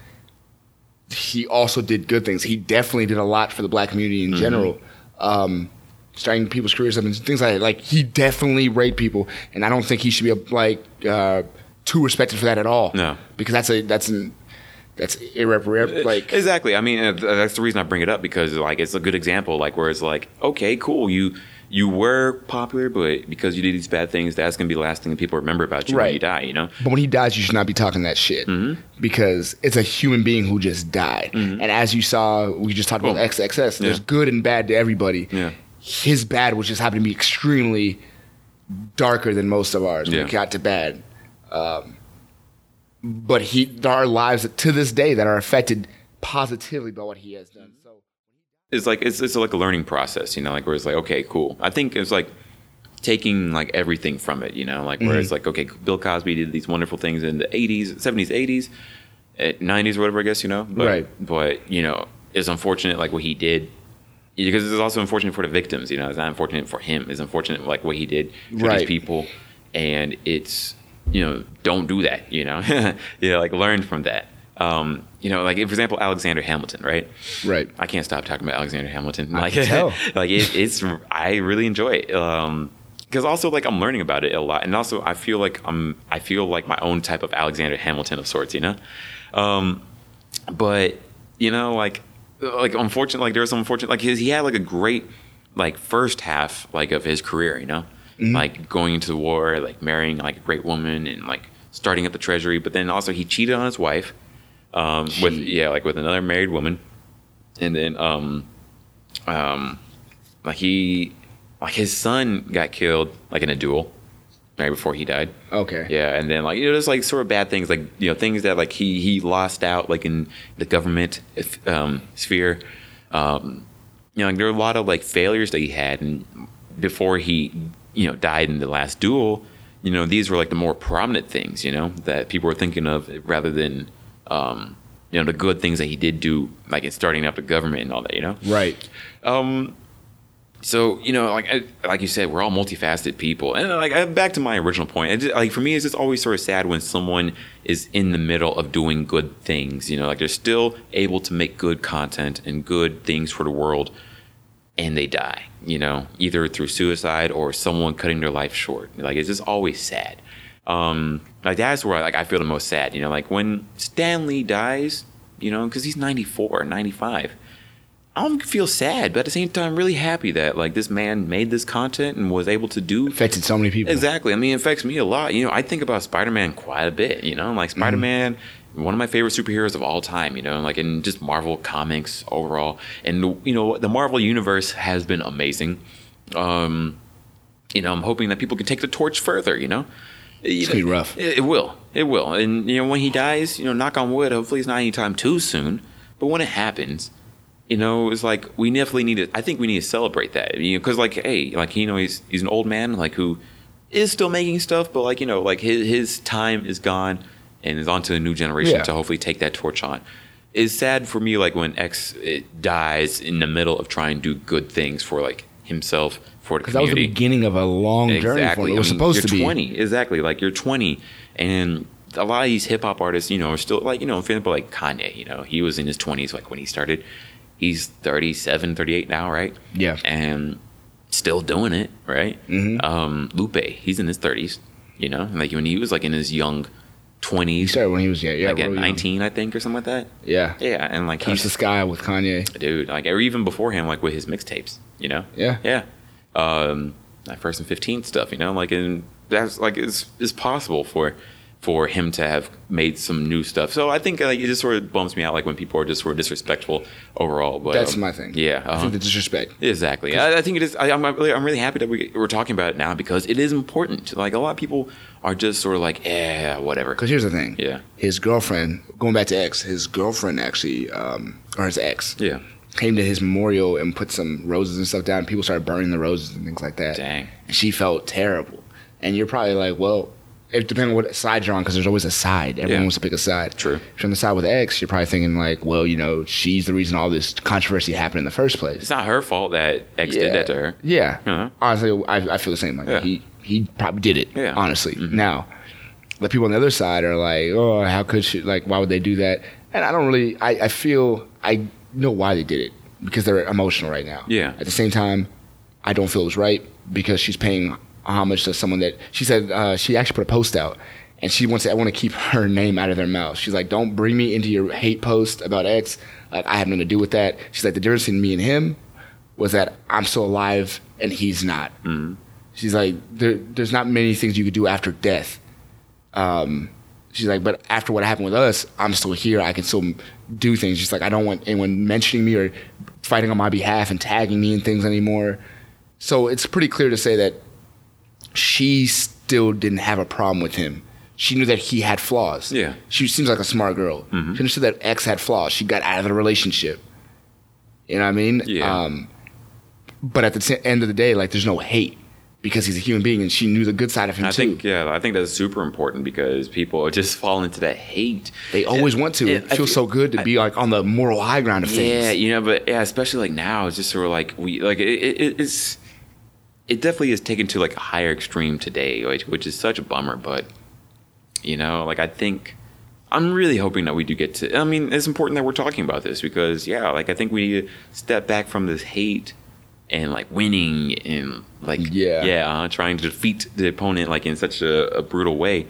S2: he also did good things. He definitely did a lot for the black community
S1: Mm-hmm.
S2: in general. Um, starting people's careers up and things like that. Like, he definitely raped people. And I don't think he should be, like, uh, too respected for that at all.
S1: No.
S2: Because that's a, that's an, that's irreparable. (laughs) Like
S1: exactly. I mean, and th- uh, that's the reason I bring it up because like it's a good example, like where it's like, okay, cool, you you were popular, but because you did these bad things, that's gonna be the last thing that people remember about you when you
S2: Right.
S1: die. You know,
S2: But when he dies, you should not be talking that shit
S1: Mm-hmm.
S2: because it's a human being who just died. And as you saw, we just talked about
S1: Well,
S2: XXX. There's
S1: Mm-hmm. Oh. yeah.
S2: good and bad to everybody.
S1: Yeah.
S2: His bad was just happened to be extremely darker than most of ours.
S1: Yeah.
S2: We got to bad. Um, but he, there are lives to this day that are affected positively by what he has done. So
S1: it's like it's it's like a learning process. You know, like where it's like, okay, cool. I think it's like taking like everything from it. You know, like where
S2: Mm-hmm.
S1: it's like, okay, Bill Cosby did these wonderful things in the '80s, '70s, '80s, eh, '90s, or whatever. I guess you know, but,
S2: Right.
S1: But you know, it's unfortunate like what he did because it's also unfortunate for the victims. You know, it's not unfortunate for him. It's unfortunate like what he did for these
S2: Right.
S1: people, and it's you know don't do that. You know, (laughs) yeah, like learn from that. Um, you know, like for example, Alexander Hamilton, right?
S2: right.
S1: I can't stop talking about Alexander Hamilton. Like,
S2: can tell.
S1: (laughs) like it, it's I really enjoy it. Um 'cause because also like I'm learning about it a lot, and also I feel like I'm I feel like my own type of Alexander Hamilton of sorts, you know. Um, but you know, like like unfortunately, like there was some unfortunate like his, he had like a great like first half like of his career, you know, like going into the war, like marrying like a great woman, and like starting up the treasury. But then also he cheated on his wife um, with
S2: Gee.
S1: yeah, like with another married woman, and then um, um, like he, like his son got killed like in a duel, right before he died.
S2: Okay.
S1: Yeah, and then like you know, there's like sort of bad things, like you know, things that like he he lost out like in the government if- um, sphere. Um, you know, like, there were a lot of like failures that he had, and before he you know died in the last duel, you know, these were like the more prominent things, you know, that people were thinking of rather than um, you know the good things that he did do, like in starting up the government and all that, you know.
S2: Right.
S1: So you know, like I, like you said, we're all multifaceted people, and like I, back to my original point, I just, like for me, it's just always sort of sad when someone is in the middle of doing good things. You know, like they're still able to make good content and good things for the world, and they die. You know, either through suicide or someone cutting their life short. Like it's just always sad. Um, like that's where like I feel the most sad. You know, like when Stanley dies, you know, because he's 94, 95. I don't feel sad, but at the same time, really happy that like this man made this content and was able to do
S2: Affected so many people.
S1: exactly. I mean, it affects me a lot. You know, I think about Spider Man quite a bit. You know,
S2: Mm-hmm.
S1: like Spider Man, one of my favorite superheroes of all time. You know, like in just Marvel comics overall, and the, you know, the Marvel universe has been amazing. Um, you know, I'm hoping that people can take the torch further. You know, it's
S2: gonna be rough.
S1: It, it will. It will. And you know, when he dies, you know, knock on wood. Hopefully, it's not anytime too soon. But when it happens, you know, it's like we definitely need to. I think we need to celebrate that, you know, because like, hey, like you know, he's he's an old man, like who is still making stuff, but like you know, like his his time is gone, and is on to a new generation
S2: Yeah.
S1: to hopefully take that torch on. It's sad for me, like when X it dies in the middle of trying to do good things for like himself, for the
S2: Because that was the
S1: community
S2: beginning of a long journey for him. It was
S1: I mean,
S2: supposed
S1: you're
S2: to be.
S1: 20. Exactly. Like you're 20 and a lot of these hip hop artists, you know, are still like, you know, for example, like Kanye, you know, he was in his 20s like when he started. He's 37, 38 now, right?
S2: Yeah. Mm-hmm.
S1: And still doing it, right? Um, Lupe, he's in his 30s, you know, like when he was like in his young 20s,
S2: He started when he was yeah, yeah,
S1: like at
S2: really young.
S1: 19, I think, or something like that.
S2: Yeah.
S1: Yeah. And like
S2: Touch
S1: he's
S2: the sky with Kanye.
S1: dude like or even before him like with his mixtapes you know
S2: Yeah.
S1: yeah um that first and 15 stuff you know like and that's like it's it's possible for for him to have made some new stuff so i think like it just sort of bumps me out like when people are just sort of disrespectful overall but
S2: That's
S1: um,
S2: my thing.
S1: yeah
S2: I
S1: uh-huh.
S2: (laughs) think the disrespect.
S1: Exactly. I, I think it is. I, I'm, really, I'm really happy that we, we're talking about it now because it is important. Like a lot of people are just sort of like, eh, whatever.
S2: Because here's the thing.
S1: Yeah.
S2: His girlfriend, going back to ex, his girlfriend actually, um, or his ex,
S1: Yeah.
S2: came to his memorial and put some roses and stuff down. People started burning the roses and things like that.
S1: Dang.
S2: And she felt terrible. And you're probably like, well, it depends on what side you're on, because there's always a side.
S1: Yeah.
S2: Everyone wants to pick a side.
S1: True.
S2: If you're on the side with ex, you're probably thinking like, well, you know, she's the reason all this controversy happened in the first place.
S1: It's not her fault that X did that to her.
S2: Yeah.
S1: Uh-huh.
S2: Honestly, I, I feel the same. Like
S1: Yeah.
S2: he he probably did it.
S1: Yeah. Mm-hmm.
S2: Honestly, now the people on the other side are like, oh, how could she? Like, why would they do that? And I don't really. I, I feel I know why they did it because they're emotional right now.
S1: Yeah.
S2: At the same time, I don't feel it was right because she's paying homage to someone that she said uh, she actually put a post out and she wants to, I want to keep (laughs) her name out of their mouth. She's like, don't bring me into your hate post about X. Like, I have nothing to do with that. She's like, the difference in me and him was that I'm still alive and he's not. She's like, there, there's not many things you could do after death. Um, she's like, but after what happened with us, I'm still here. I can still do things. She's like, I don't want anyone mentioning me or fighting on my behalf and tagging me and things anymore. So it's pretty clear to say that she still didn't have a problem with him. She knew that he had flaws.
S1: Yeah.
S2: She seems like a smart girl. She understood that X had flaws. She got out of the relationship. You know what I mean?
S1: Yeah.
S2: Um, but at the t- end of the day, like, there's no hate because he's a human being and she knew the good side of him
S1: I
S2: too.
S1: think yeah, I think that's super important because people just (laughs) fall into that hate.
S2: They always want to.
S1: Yeah,
S2: It
S1: I
S2: feels
S1: feel-
S2: so good to be like on the moral high ground of things.
S1: Yeah, you know, but yeah, especially like now, it's just sort of like we like it, it, it's it definitely is taken to like a higher extreme today, which, which is such a bummer. But you know, like I think I'm really hoping that we do get to. I mean, it's important that we're talking about this because yeah, like I think we need to step back from this hate and like winning and like
S2: Yeah.
S1: yeah, uh, trying to defeat the opponent like in such a, a brutal way.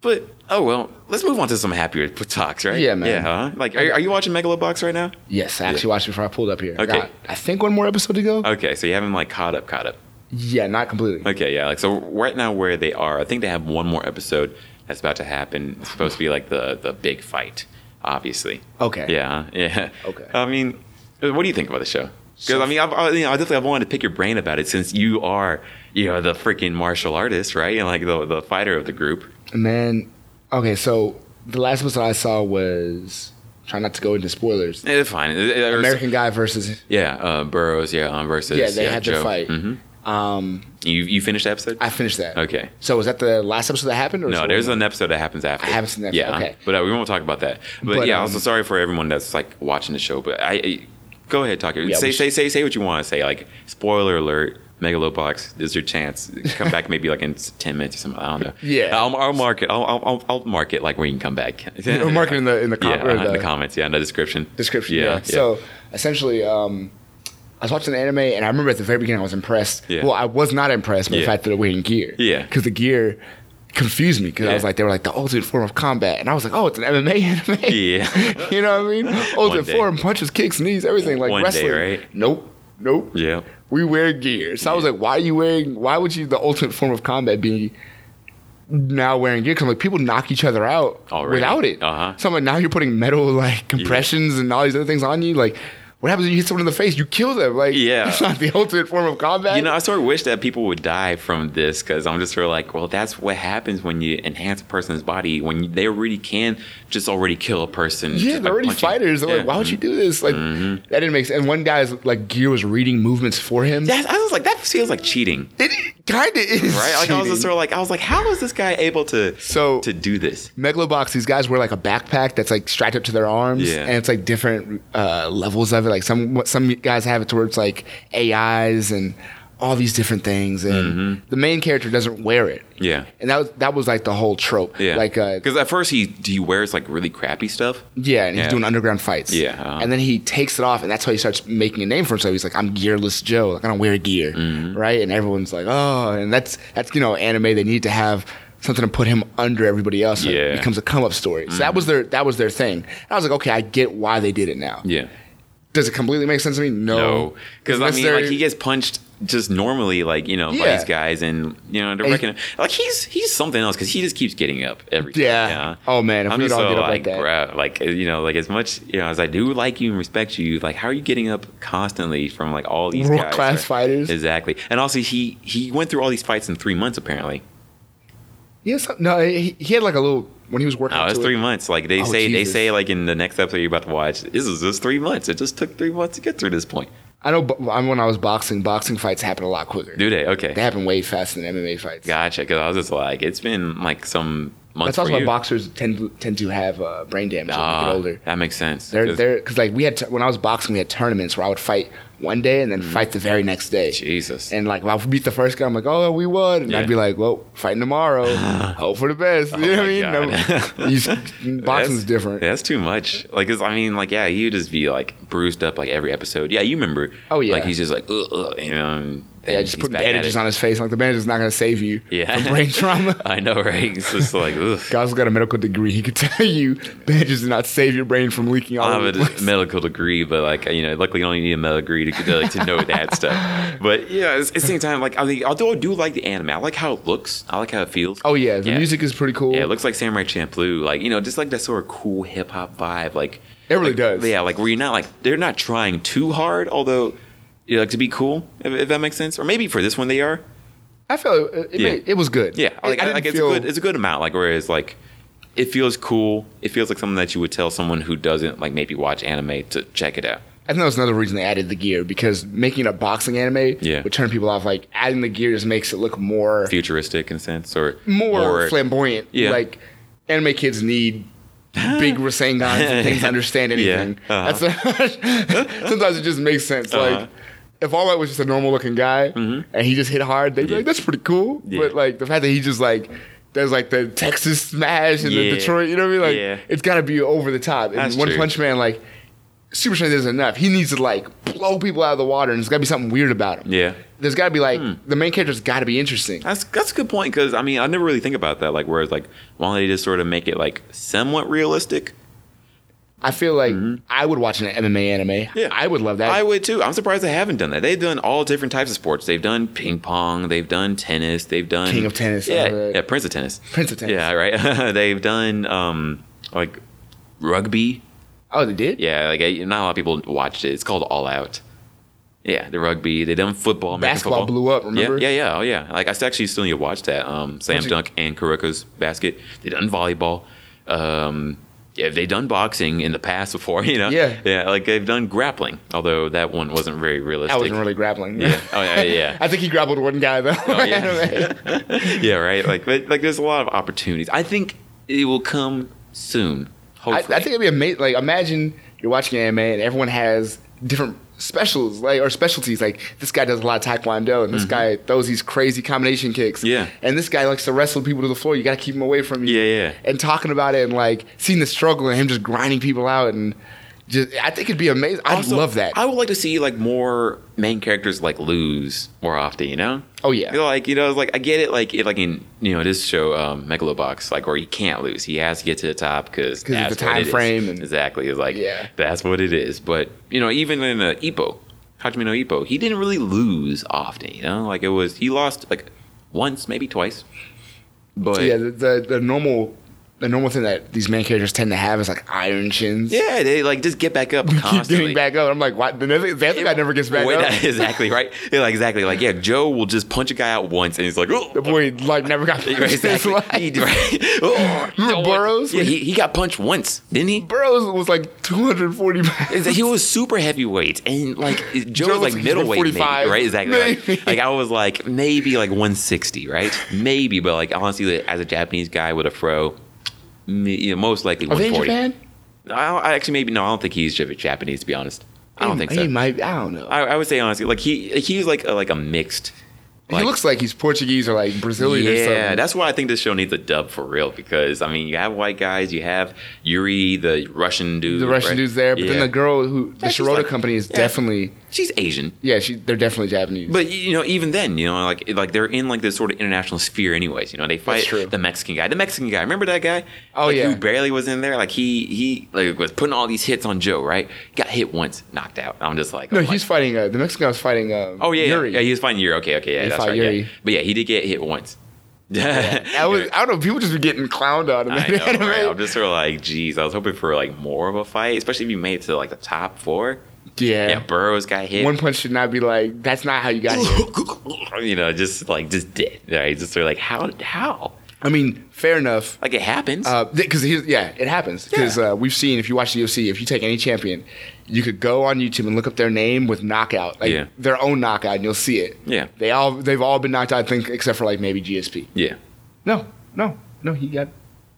S1: But oh well, let's move on to some happier (laughs) talks, right?
S2: Yeah, man.
S1: Yeah, huh? like are, are you watching Megalobox right now?
S2: Yes, I actually watched it before I pulled up here. I
S1: Okay. Uh-huh.
S2: got, I think one more episode to go.
S1: Okay, so you haven't like caught up, caught up.
S2: yeah, not completely.
S1: Okay, yeah. Like so, right now where they are, I think they have one more episode that's about to happen. It's supposed to be like the the big fight, obviously.
S2: okay.
S1: Yeah, yeah.
S2: Okay.
S1: I mean, what do you think about the show? Because
S2: So-
S1: I mean, I've, I, you know, I definitely I've wanted to pick your brain about it since you are you know the freaking martial artist, right? And like the the fighter of the group.
S2: Man, okay, so the last episode I saw was try not to go into spoilers.
S1: Eh, fine. Eh, eh, or-
S2: American guy versus
S1: Yeah, uh, Burroughs. Yeah, um, versus.
S2: Yeah, they had their
S1: Joe.
S2: fight.
S1: hmm
S2: um
S1: You you finished the episode?
S2: I finished that.
S1: okay.
S2: So was that the last episode that happened or
S1: No,
S2: was
S1: there's
S2: there one
S1: an episode that happens after.
S2: I haven't seen that.
S1: Yeah,
S2: Okay.
S1: but uh, we won't talk about that. But,
S2: But,
S1: yeah,
S2: um,
S1: also sorry for everyone that's like watching the show. But I, I go ahead, talk.
S2: we
S1: say
S2: should-
S1: say say say what you want to say. Like spoiler alert. Megalobox, this is your chance. Come back maybe like in s- ten minutes or something. I don't know.
S2: Yeah.
S1: I'll, I'll mark it. I'll, I'll- I'll I'll mark it like where you can come back.
S2: Yeah, or (laughs) mark it in the- in the com-
S1: (laughs) yeah,
S2: or
S1: uh, in the
S2: the-
S1: comments. Yeah, in the description.
S2: description. Yeah. So essentially, um, I was watching the anime, and I remember at the very beginning I was impressed.
S1: Yeah.
S2: Well, I was not impressed by
S1: Yeah.
S2: the fact that they're wearing gear.
S1: Yeah.
S2: Because the gear confused me because I was
S1: Yeah.
S2: like, they were like the ultimate form of combat, and I was like, oh, it's an MMA (laughs) anime.
S1: Yeah.
S2: (laughs) you know what I mean?
S1: One
S2: Ultimate
S1: day.
S2: form punches, kicks, knees, everything like
S1: One day,
S2: wrestling.
S1: right?
S2: Nope. Nope.
S1: yeah.
S2: We wear gear. So I was like, why are you wearing? Why would you the ultimate form of combat be? Now wearing gear 'Cause I'm like people knock each other out
S1: Already.
S2: without it.
S1: Uh-huh.
S2: So I'm like, now you're putting metal (laughs) like compressions and all these other things on you. Like, what happens if you hit someone in the face? You kill them. Like,
S1: Yeah.
S2: (laughs) that's not the ultimate form of combat.
S1: You know, I sort of wish that people would die from this because I'm just sort of like, well, that's what happens when you enhance a person's body when you, they already can just already kill a person.
S2: yeah,
S1: just
S2: they're
S1: by
S2: already
S1: punching.
S2: fighters. They're
S1: Yeah. Mm-hmm.
S2: like, why would you do this? Like, that didn't make sense. And one guy's like gear was reading movements for
S1: (laughs)
S2: him.
S1: That's, I was like, that feels like cheating,
S2: it kind of
S1: right?
S2: is
S1: Like I was
S2: cheating.
S1: just sort of like, I was like, how is this guy able to
S2: So-
S1: to do this?
S2: Megalobox, these guys wear like a backpack that's like strapped up to their arms,
S1: Yeah.
S2: and it's like different uh, levels of it. Like some what some guys have it towards like AIs and all these different things, and
S1: Mm-hmm.
S2: the main character doesn't wear it.
S1: Yeah.
S2: and that was that was like the whole trope.
S1: Yeah,
S2: like uh,
S1: because at first he he wears like really crappy stuff.
S2: yeah, and he's
S1: Yeah.
S2: doing underground fights.
S1: Yeah, uh-huh.
S2: and then he takes it off, and that's how he starts making a name for himself. He's like, "I'm gearless Joe. Like I don't wear gear,
S1: Mm-hmm.
S2: right?" And everyone's like, "Oh," and that's that's you know anime. They need to have something to put him under everybody else. so
S1: Yeah. Mm-hmm.
S2: it becomes a come up story. So that was their that was their thing. And I was like, okay, I get why they did it now.
S1: Yeah,
S2: Does it completely make sense to me? No,
S1: no, because I mean,
S2: Necessary-
S1: like he gets punched just normally, like you know, by
S2: Yeah.
S1: these guys, and you know, they're
S2: And-
S1: reckoning. Like he's he's something else because he just keeps getting up every. time,
S2: Yeah. Oh, man, if
S1: I'm
S2: we'd
S1: just
S2: all
S1: so
S2: get up
S1: like,
S2: like that.
S1: bruh, like eh, you know, like as much you know as I do like you and respect you, like how are you getting up constantly from like all these guys,
S2: World-class
S1: right?
S2: fighters.
S1: Exactly, and also he he went through all these fights in three months apparently.
S2: yes, no, he, he had like a little when he was working.
S1: No,
S2: up
S1: Oh, it's
S2: to
S1: three
S2: it,
S1: months. Like they
S2: Oh,
S1: say, they
S2: Jesus.
S1: say like in the next episode you're about to watch, this is just three months. It just took three months to get through this point.
S2: I know. bo- I mean, when I was boxing, boxing fights happen a lot quicker.
S1: Do they? Okay,
S2: They happen way faster than MMA fights.
S1: gotcha. Because I was just like, it's been like some months.
S2: That's also
S1: for
S2: why
S1: you.
S2: boxers tend to, tend to have uh, brain damage when they
S1: Ah,
S2: get older.
S1: That makes sense.
S2: They're
S1: 'Cause-
S2: they're because like we had t- when I was boxing, we had tournaments where I would fight one day and then
S1: Mm-hmm.
S2: fight the very next day.
S1: Jesus.
S2: And like, I'll beat the first guy. I'm like, oh, we won. And
S1: Yeah.
S2: I'd be like, well,
S1: (laughs)
S2: fighting tomorrow. Hope for the best. You know what I mean?
S1: Oh my
S2: No, (laughs)
S1: (laughs)
S2: you- boxing's
S1: That's-
S2: different.
S1: That's too much. Like, it's, I mean, like, yeah, he would just be like bruised up like every episode. Yeah, you remember?
S2: Oh, yeah.
S1: Like he's just like, ugh, ugh, you know. And
S2: Yeah,
S1: then
S2: just
S1: he's
S2: put
S1: back at
S2: bandages
S1: it.
S2: on his face. Like the bandage is not going to save you
S1: Yeah. (laughs)
S2: from brain trauma.
S1: I know, right? It's just like, ugh.
S2: Guy's got a medical degree. He could tell you bandages do not save your brain from leaking all
S1: I
S2: over
S1: have
S2: the
S1: a
S2: place.
S1: medical degree, but like you know, luckily you only need a medical degree to, like, to know that stuff. But yeah, it's- at the same time, like I mean, although I do like the anime, I like how it looks, I like how it feels.
S2: oh yeah, the music is pretty cool.
S1: Yeah, it looks like Samurai Champloo, like you know, just like that sort of cool hip hop vibe. Like
S2: It really does.
S1: yeah, like where you're not like they're not trying too hard, although you know, like to be cool, if, if that makes sense, or maybe for this one they are.
S2: I felt it, it,
S1: Yeah.
S2: made- it was good.
S1: Yeah, like,
S2: I,
S1: I
S2: didn't
S1: like it's
S2: feel
S1: a good it's a good amount. Like whereas like it feels cool, it feels like something that you would tell someone who doesn't like maybe watch anime to check it out.
S2: I think that was another reason they added the gear because making a boxing anime
S1: Yeah.
S2: would turn people off. Like adding the gear just makes it look more
S1: futuristic in a sense or
S2: more
S1: or-
S2: flamboyant.
S1: Yeah.
S2: Like anime kids need
S1: (laughs)
S2: big Rasengans and things to understand
S1: Yeah.
S2: anything.
S1: Uh-huh.
S2: That's (laughs) sometimes it just makes sense.
S1: Uh-huh. Mm-hmm.
S2: Like if All Might was just a normal looking guy and he just hit hard, they'd be
S1: Yeah.
S2: like, "That's pretty cool."
S1: Yeah.
S2: But like the fact that he just like. There's like the Texas Smash and
S1: Yeah.
S2: the Detroit, you know what I mean? Like
S1: Yeah.
S2: it's got to be over the top. And
S1: That's
S2: One
S1: true.
S2: Punch Man, like Super Strength isn't enough. He needs to like blow people out of the water, and there's got to be something weird about him.
S1: yeah Hmm.
S2: There's got to be like the main character's got to be interesting.
S1: that's that's a good point because i mean i never really think about that like whereas like why don't they just sort of make it like somewhat realistic
S2: I feel like I would watch an MMA anime.
S1: Mm-hmm. Yeah.
S2: I would love that.
S1: i would too i'm surprised they haven't done that they've done all different types of sports they've done ping pong they've done tennis they've done
S2: King of tennis,
S1: yeah,
S2: uh,
S1: yeah prince of tennis
S2: Prince of Tennis.
S1: yeah right (laughs) they've done um like rugby
S2: Oh, they did.
S1: yeah like I, not a lot of people watched it it's called all out yeah, the rugby. They done football. American
S2: Basketball
S1: football.
S2: blew up. Remember?
S1: Yeah, yeah, yeah, oh yeah. Like I actually still need to watch that. Um, Slam
S2: Don't you-
S1: Dunk and Kuroko's Basket. They done volleyball. Um, yeah, they done boxing in the past before, (laughs) you know.
S2: Yeah.
S1: yeah. Like they've done grappling, although that one wasn't very realistic.
S2: I wasn't really grappling.
S1: Yeah. Oh yeah, yeah.
S2: (laughs) I think he grappled one guy though.
S1: Oh, (laughs)
S2: (laughs)
S1: yeah. yeah, right. Like, but, like there's a lot of opportunities. I think it will come soon.
S2: I, I
S1: Hopefully.
S2: think it'd be amazing. Like imagine you're watching anime and everyone has different specials, like or specialties. Like this guy does a lot of taekwondo, and this guy throws these crazy combination kicks.
S1: Mm-hmm. Yeah.
S2: And this guy likes to wrestle people to the floor. You got to keep him away from you.
S1: Yeah, yeah.
S2: And talking about it and like seeing the struggle and him just grinding people out and just, I think it'd be amazing. I'd
S1: Also,
S2: love that.
S1: I would like to see like more main characters like lose more often, you know?
S2: Oh, yeah.
S1: You know, Like, you know, like I get it like it like in you know, this show, um, Megalobox, like where he can't lose. He has to get to the top because
S2: of the time frame and-
S1: exactly. It's like
S2: Yeah.
S1: that's what it is. But you know, even in uh, Ippo, Hajime no Ippo, he didn't really lose often, you know? Like it was he lost like once, maybe twice. But
S2: So, yeah, the, the the normal the normal thing that these main characters tend to have is like iron chins.
S1: yeah, they like just get back up
S2: (laughs) keep
S1: constantly.
S2: getting back up. I'm like, what? The other the other guy never gets back
S1: Wait, (laughs)
S2: up.
S1: exactly right. Yeah, like, exactly. Like yeah, Joe will just punch a guy out once, and he's like, oh.
S2: The boy like
S1: (laughs)
S2: never got back up.
S1: Exactly. He,
S2: (laughs)
S1: right. Oh,
S2: Remember
S1: Joe-
S2: Burroughs?
S1: Yeah, he, he got punched once, didn't he?
S2: Burroughs was like 240 pounds.
S1: Is that- He
S2: (laughs)
S1: was super heavyweight, and like Joe,
S2: Joe
S1: was
S2: was
S1: like
S2: like
S1: middleweight, maybe,
S2: 45.
S1: right? Exactly. right.
S2: (laughs) Maybe.
S1: Like I was like maybe like 160, right? Maybe, but like honestly, like, as a Japanese guy with a fro, m- you know, most likely
S2: Are they in
S1: 140.
S2: Japan?
S1: I, don't- I actually maybe no, I don't think he's Japanese. To be honest, I don't think
S2: He
S1: so.
S2: might. I don't know.
S1: I, I would say honestly, like he he's like a, like a mixed.
S2: he looks like he's Portuguese or like Brazilian or something.
S1: Yeah, that's why I think this show needs a dub for real because I mean you have white guys, you have Yuri, the Russian dude.
S2: the Russian
S1: right?
S2: dude's there, but then
S1: Yeah.
S2: the girl who the
S1: Yeah, she's
S2: Shiroda
S1: like-
S2: company is
S1: yeah.
S2: definitely
S1: she's Asian.
S2: yeah, she they're definitely Japanese.
S1: But you know, even then, you know, like like they're in like this sort of international sphere, anyways. You know, they fight
S2: true.
S1: the Mexican guy. The Mexican guy, remember that guy?
S2: Oh,
S1: Like,
S2: yeah.
S1: who barely was in there. Like he he like was putting all these hits on Joe. Right, got hit once, knocked out. I'm just like,
S2: no,
S1: I'm like,
S2: he's fighting. Uh, the Mexican guy was fighting. Uh,
S1: oh yeah, yeah.
S2: Yuri.
S1: yeah, he was fighting Yuri. Okay, okay, yeah,
S2: He
S1: that's
S2: fought
S1: right. yeah.
S2: Yuri.
S1: But yeah, he did get hit once. (laughs)
S2: I was. I don't know. People just be getting clowned on in
S1: I
S2: the anime. (laughs)
S1: know, right? I'm just sort of like, geez, I was hoping for like more of a fight, especially if you made it to like the top four. Yeah, Burrows got hit.
S2: One Punch should not be like, that's not how you (laughs) got here.
S1: you know, just like just dead. Right? Just sort of like how how
S2: I mean, fair enough. Uh,
S1: like it happens.
S2: Because yeah, it happens. Because
S1: Yeah.
S2: uh, we've seen if you watch the UFC, if you take any champion, you could go on YouTube and look up their name with knockout, like
S1: Yeah.
S2: their own knockout, and you'll see it.
S1: Yeah.
S2: they all they've all been knocked out. I think except for like maybe GSP.
S1: yeah,
S2: No, no, no. He got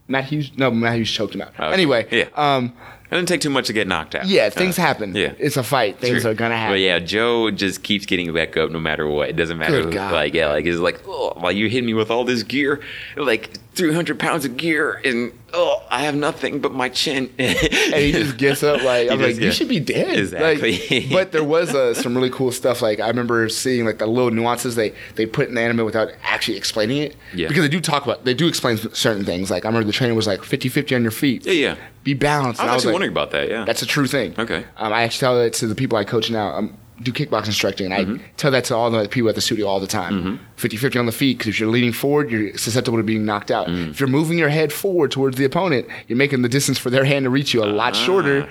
S2: Matt Hughes. No, Matt Hughes choked him out.
S1: Oh, Okay.
S2: Anyway,
S1: Yeah.
S2: Um,
S1: It didn't take too much to get knocked out.
S2: Yeah, things
S1: Uh,
S2: happen.
S1: yeah.
S2: It's a fight. Things
S1: True.
S2: are gonna happen.
S1: But yeah, Joe just keeps getting back up no matter what. It doesn't matter.
S2: Good
S1: who-
S2: God.
S1: Like yeah, like it's like oh, like you hit me with all this gear, like three hundred pounds of gear, and oh, I have nothing but my chin. and
S2: (laughs) and
S1: (laughs)
S2: he just gets up like
S1: He
S2: I'm
S1: just
S2: like you
S1: gets-
S2: should be dead Like,
S1: Exactly. (laughs)
S2: (laughs) but there was uh, some really cool stuff like I remember seeing like the little nuances they they put in the anime without actually explaining it
S1: Yeah.
S2: because they do talk about they do explain certain things like I remember the trainer was like 50-50 on your feet
S1: Yeah, yeah.
S2: be balanced
S1: I was
S2: And
S1: actually
S2: like,
S1: wondering about that. Yeah.
S2: that's a true thing
S1: Okay.
S2: um, I actually tell that to the people I coach now um, do kickboxing instructing and
S1: Mm-hmm.
S2: I tell that to all the people at the studio all the time 50-50 on the feet because if you're leaning forward you're susceptible to being knocked out
S1: Mm.
S2: if you're moving your head forward towards the opponent you're making the distance for their hand to reach you a lot
S1: Ah,
S2: shorter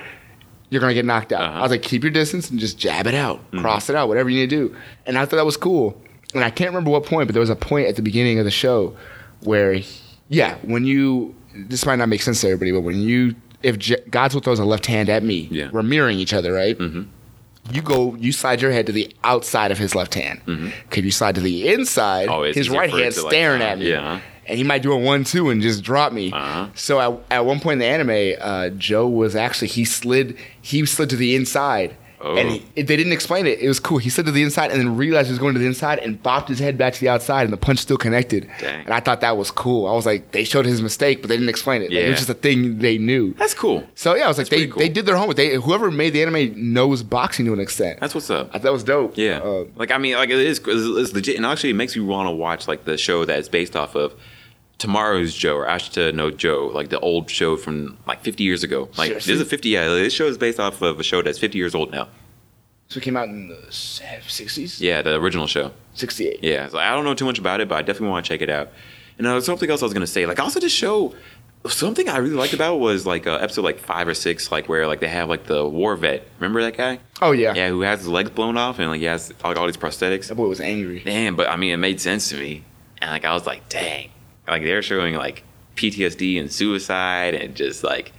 S2: you're gonna get knocked out.
S1: Uh-huh. Mm-hmm.
S2: I was like, keep your distance and just jab it out, cross it out, whatever you need to do. And I thought that was cool. And I can't remember what point, but there was a point at the beginning of the show where, yeah, when you this might not make sense to everybody, but when you if J- Godswill throws a left hand at me,
S1: Yeah. Mm-hmm.
S2: we're mirroring each other, right? You go, you slide your head to the outside of his left hand. Could you slide to the inside?
S1: Mm-hmm. Oh, it's
S2: his
S1: easier
S2: right
S1: for it
S2: hand
S1: to, like,
S2: staring at me.
S1: yeah.
S2: And he might do a one two and just drop me.
S1: Uh-huh.
S2: So at, at one point in the anime, uh, Joe was actually he slid he slid to the inside.
S1: Oh.
S2: And he, they didn't explain it. It was cool. He slid to the inside and then realized he was going to the inside and bopped his head back to the outside, and the punch still connected.
S1: Dang.
S2: And I thought that was cool. I was like, they showed his mistake, but they didn't explain it. Like, it
S1: Yeah.
S2: was just a thing they knew.
S1: That's cool.
S2: So yeah, I was like, they,
S1: pretty cool.
S2: they did their homework. They whoever made the anime knows boxing to an extent.
S1: That's what's up.
S2: I thought that was dope.
S1: Yeah,
S2: Uh,
S1: like I mean, like it is it's, it's legit, and actually, it makes me want to watch like the show that it's based off of. Tomorrow's Joe or Ashita no Joe, like the old show from like 50 years ago. Like this is a 50. Yeah, this show is based off of a show that's 50 years old now.
S2: so it came out in the sixties,
S1: Yeah, the original show.
S2: sixty-eight.
S1: Yeah, so I don't know too much about it, but I definitely want to check it out. And uh, something else I was gonna say, like also this show, something I really liked about it was like uh, episode like five or six, like where like they have like the war vet. Remember that guy?
S2: Oh yeah.
S1: Yeah, who has his legs blown off and like he has like all these prosthetics.
S2: that boy was angry.
S1: Damn, but I mean, it made sense to me, and like I was like, dang, like they're showing like PTSD and suicide and just like,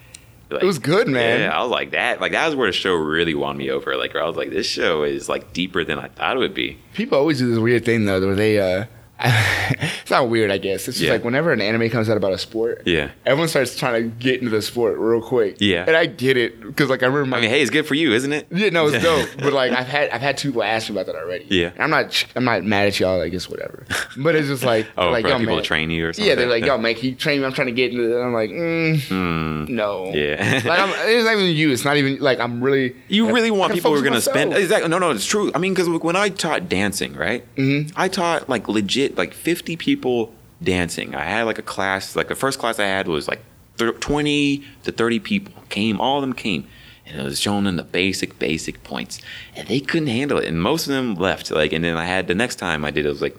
S1: like
S2: It was good, man.
S1: Yeah, I was like that, like that was where the show really won me over. Like where I was like, this show is like deeper than I thought it would be.
S2: People always do this weird thing though, where they uh, (laughs) it's not weird, I guess. It's just
S1: Yeah.
S2: like whenever an anime comes out about a sport,
S1: Yeah,
S2: everyone starts trying to get into the sport real quick.
S1: Yeah.
S2: and I get it because like I remember my
S1: I mean, hey, it's good for you, isn't it?
S2: yeah, no, it's dope.
S1: (laughs)
S2: But like I've had I've had two people ask me about that already.
S1: Yeah.
S2: and I'm not I'm not mad at y'all. Like it's whatever. But it's just like
S1: (laughs) Oh,
S2: like
S1: for
S2: yo,
S1: people
S2: man.
S1: to train you or something.
S2: Yeah, they're like, yo, man, can you train me? I'm trying to get into this. And I'm like, mm,
S1: Mm,
S2: (laughs) no.
S1: yeah.
S2: Like, I'm, it's not even you. It's not even, like, I'm really.
S1: (laughs) You
S2: I-
S1: really
S2: I
S1: want
S2: gotta
S1: people who are going to
S2: focus on
S1: spend
S2: myself.
S1: exactly. No, no, it's true. I mean, because when I taught dancing, right, mm-hmm. I taught like legit like fifty people dancing. I had like a class, like the first class I had was like thir- twenty to thirty people came. All of them came, and it was shown in the basic, basic points, and they couldn't handle it, and most of them left. Like, and then I had the next time I did it was like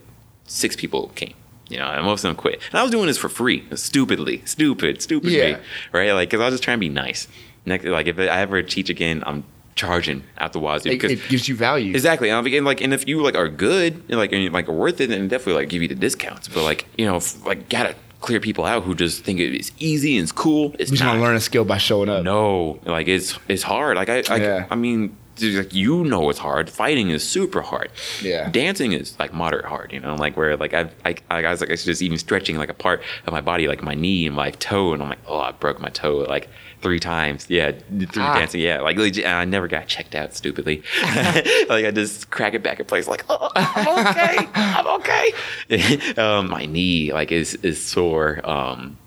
S1: six people came. You know, and most of them quit. And I was doing this for free, stupidly, stupid, stupid
S2: Yeah.
S1: me, right? Like, because I was just trying to be nice. Next, like, if I ever teach again, I'm charging out the wazoo.
S2: It,
S1: 'Cause-
S2: it gives you value.
S1: Exactly. And I'm thinking, like, and if you like are good, and, like, and you, like are worth it, then definitely like give you the discounts. But like, you know, f- like gotta clear people out who just think it's easy and it's cool. It's
S2: You just
S1: not.
S2: want to learn a skill by showing up.
S1: No, like it's it's hard. Like I, I,
S2: Yeah.
S1: I mean, dude, like you know, it's hard. Fighting is super hard. (laughs)
S2: Yeah.
S1: dancing is like moderate hard. You know, like where like I, I, I was like, it's just even stretching like a part of my body, like my knee and my toe, and I'm like, oh, I broke my toe like three times. Yeah, through
S2: Ah.
S1: dancing. Yeah, like legit, and I never got checked out.
S2: (laughs)
S1: Stupidly, (laughs) like I just crack it back in place. Like, oh, I'm okay. I'm okay. (laughs) um, my knee like is is sore. Um,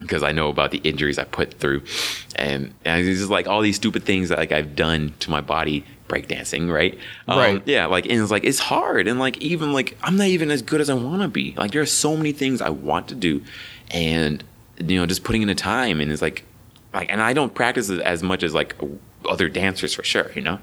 S1: because I know about the injuries I put through, and and it's just like all these stupid things that like I've done to my body breakdancing, right? Um,
S2: Right.
S1: Yeah, like and it's like it's hard, and like even like I'm not even as good as I want to be. Like there are so many things I want to do, and you know just putting in the time, and it's like like and I don't practice it as much as like other dancers for sure, you know.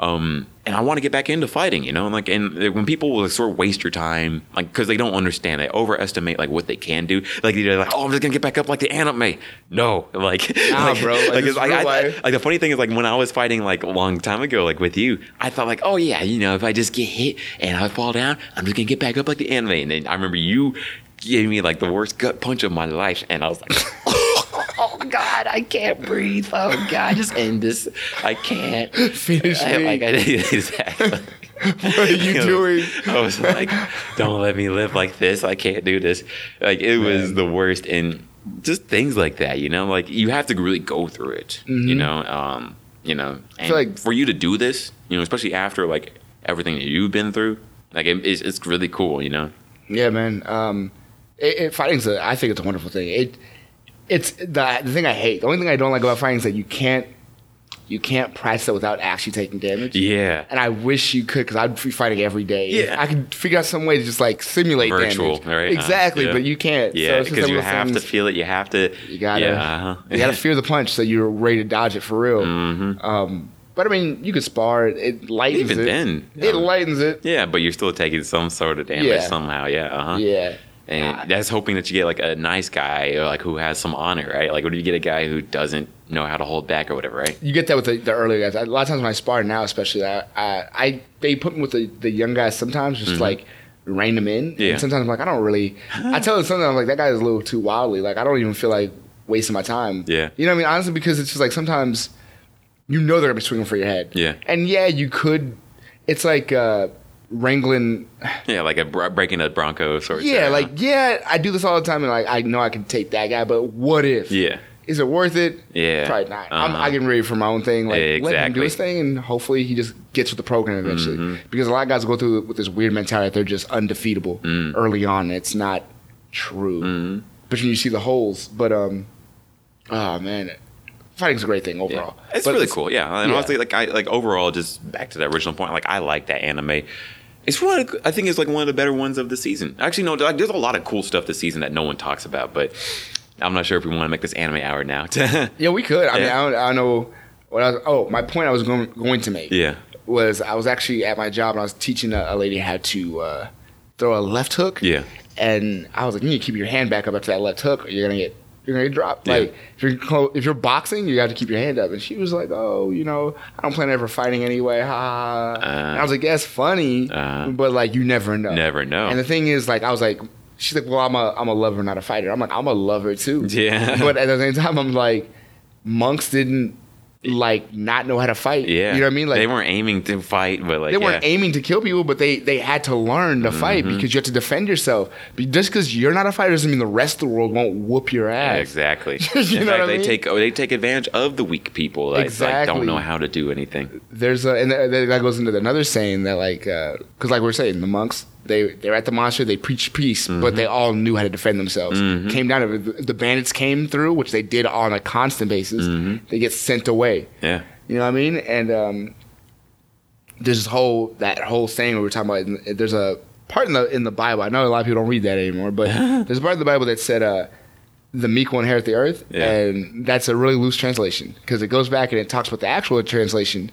S1: Um, and I want to get back into fighting, you know, and like, and like, when people will sort of waste your time, like, because they don't understand, they overestimate like what they can do. Like they're like, oh, I'm just gonna get back up like the anime. No, (laughs) like,
S2: Nah, bro, like,
S1: it's
S2: it's real life.
S1: like the funny thing is like when I was fighting like a long time ago, like with you, I thought like, oh yeah, you know, if I just get hit and I fall down, I'm just gonna get back up like the anime. And then I remember you gave me like the worst gut punch of my life, and I was like, (laughs) oh god, I can't breathe. Oh god, just end this. I can't
S2: (laughs) Finish
S1: I,
S2: me.
S1: like I (laughs) did
S2: (laughs)
S1: exactly.
S2: What are you doing?
S1: (laughs) I was like, don't let me live like this. I can't do this. Like it was the worst. And just things like that, you know, like you have to really go through it, you know, um, you know, and
S2: Mm-hmm. feel like-
S1: for you to do this, you know, especially after like everything that you've been through, like it, it's, it's really cool, you know.
S2: (laughs) Yeah, man. Um, it, it, fighting's a, I think it's a wonderful thing. It, it's the, the thing I hate. The only thing I don't like about fighting is that you can't, you can't practice it without actually taking damage.
S1: Yeah.
S2: And I wish you could, because I'd be fighting every day.
S1: Yeah.
S2: I could figure out some way to just like simulate
S1: Virtual,
S2: damage.
S1: right? Uh,
S2: Exactly,
S1: yeah.
S2: but you can't. So
S1: Yeah,
S2: it's just
S1: because
S2: some
S1: you
S2: of those
S1: have to
S2: things-
S1: feel it. You have to.
S2: You gotta- (laughs)
S1: Yeah, uh-huh. (laughs)
S2: You gotta fear the punch, so you're ready to dodge it for real.
S1: hmm
S2: Um, but I mean, you could spar. It, it lightens
S1: Even
S2: it.
S1: then,
S2: it
S1: um,
S2: lightens it.
S1: Yeah, but you're still taking some sort of damage
S2: Yeah.
S1: somehow. Yeah, uh-huh.
S2: Yeah.
S1: and that's hoping that you get like a nice guy or like who has some honor, right? Like, what do you get a guy who doesn't know how to hold back or whatever, right?
S2: you get that with the, the earlier guys. A lot of times when I spar now, especially, I, I, I they put me with the, the young guys sometimes, just like rein them in.
S1: Mm-hmm. Yeah.
S2: And sometimes I'm like, I don't really. I tell them sometimes I'm like, that guy is a little too wildly. Like I don't even feel like wasting my time.
S1: Yeah.
S2: You know what I mean? Honestly, because it's just like sometimes you know they're gonna be swinging for your head.
S1: Yeah.
S2: And yeah, you could. It's like uh, wrangling.
S1: (laughs) Yeah, like a br- breaking a Bronco sort. of
S2: Yeah.
S1: thing,
S2: Like
S1: huh?
S2: yeah, I do this all the time, and like I know I can take that guy, but what if?
S1: yeah,
S2: Is it worth it?
S1: yeah.
S2: Probably not. I'm,
S1: Uh-huh.
S2: I can ready for my own thing. Like let him
S1: Exactly. Mm-hmm.
S2: do his thing, and hopefully he just gets with the program eventually. Because a lot of guys go through with this weird mentality that they're just undefeatable
S1: Mm.
S2: early on. and It's not true.
S1: Mhm.
S2: But then you see the holes. But um, oh man, fighting's a great thing overall.
S1: Yeah. It's
S2: But
S1: really cool, yeah. And
S2: yeah.
S1: honestly, like I like overall, just back to that original point, like I like that anime. It's one. Of, the- I think it's like one of the better ones of the season. Actually, no. Like, there's a lot of cool stuff this season that no one talks about, but I'm not sure if we want to make this anime hour now. (laughs)
S2: Yeah, we could. I mean,
S1: Yeah.
S2: I don't, I don't know. What I was, oh, my point I was going, going to make
S1: yeah.
S2: was I was actually at my job and I was teaching a, a lady how to uh, throw a left hook.
S1: Yeah.
S2: and I was like, you need to keep your hand back up after that left hook, or you're gonna get you're gonna get dropped.
S1: Yeah.
S2: Like if you're clo- if you're boxing, you have to keep your hand up. And she was like, oh, you know, I don't plan on ever fighting anyway. Ha. ha, ha." and I was like, that's funny,
S1: Uh.
S2: but like you never know.
S1: Never know.
S2: And the thing is, like, I was like, she's like, well, I'm a I'm a lover, not a fighter. I'm like, I'm a lover too.
S1: (laughs) Yeah.
S2: But at the same time, I'm like, monks didn't like not know how to fight.
S1: Yeah.
S2: You know what I mean? Like
S1: they weren't aiming to fight, but like
S2: they
S1: yeah.
S2: weren't
S1: Mm-hmm.
S2: aiming to kill people, but they they had to learn to fight because you have to defend yourself. But just because you're not a fighter doesn't mean the rest of the world won't whoop your
S1: Yeah,
S2: ass.
S1: Exactly. In
S2: (laughs) You know
S1: fact,
S2: what I
S1: they
S2: mean?
S1: take oh, they take advantage of the weak people. Like, like don't
S2: Exactly.
S1: know how to do anything.
S2: There's a and that, that goes into another saying that like because like we we're saying the monks they they're at the monastery they preached peace,
S1: Mm-hmm.
S2: but they all knew how to defend themselves. Came down to if the bandits came through, which they did on a constant basis. They get sent away.
S1: Mm-hmm. Yeah.
S2: You know what I mean? And um, there's this whole that whole thing we were talking about. and There's a part in the in the Bible. I know a lot of people don't read that
S1: (laughs)
S2: anymore, but there's a part in the Bible that said, uh, "The meek will inherit the earth,"
S1: Yeah.
S2: and that's a really loose translation because it goes back and it talks about the actual translation,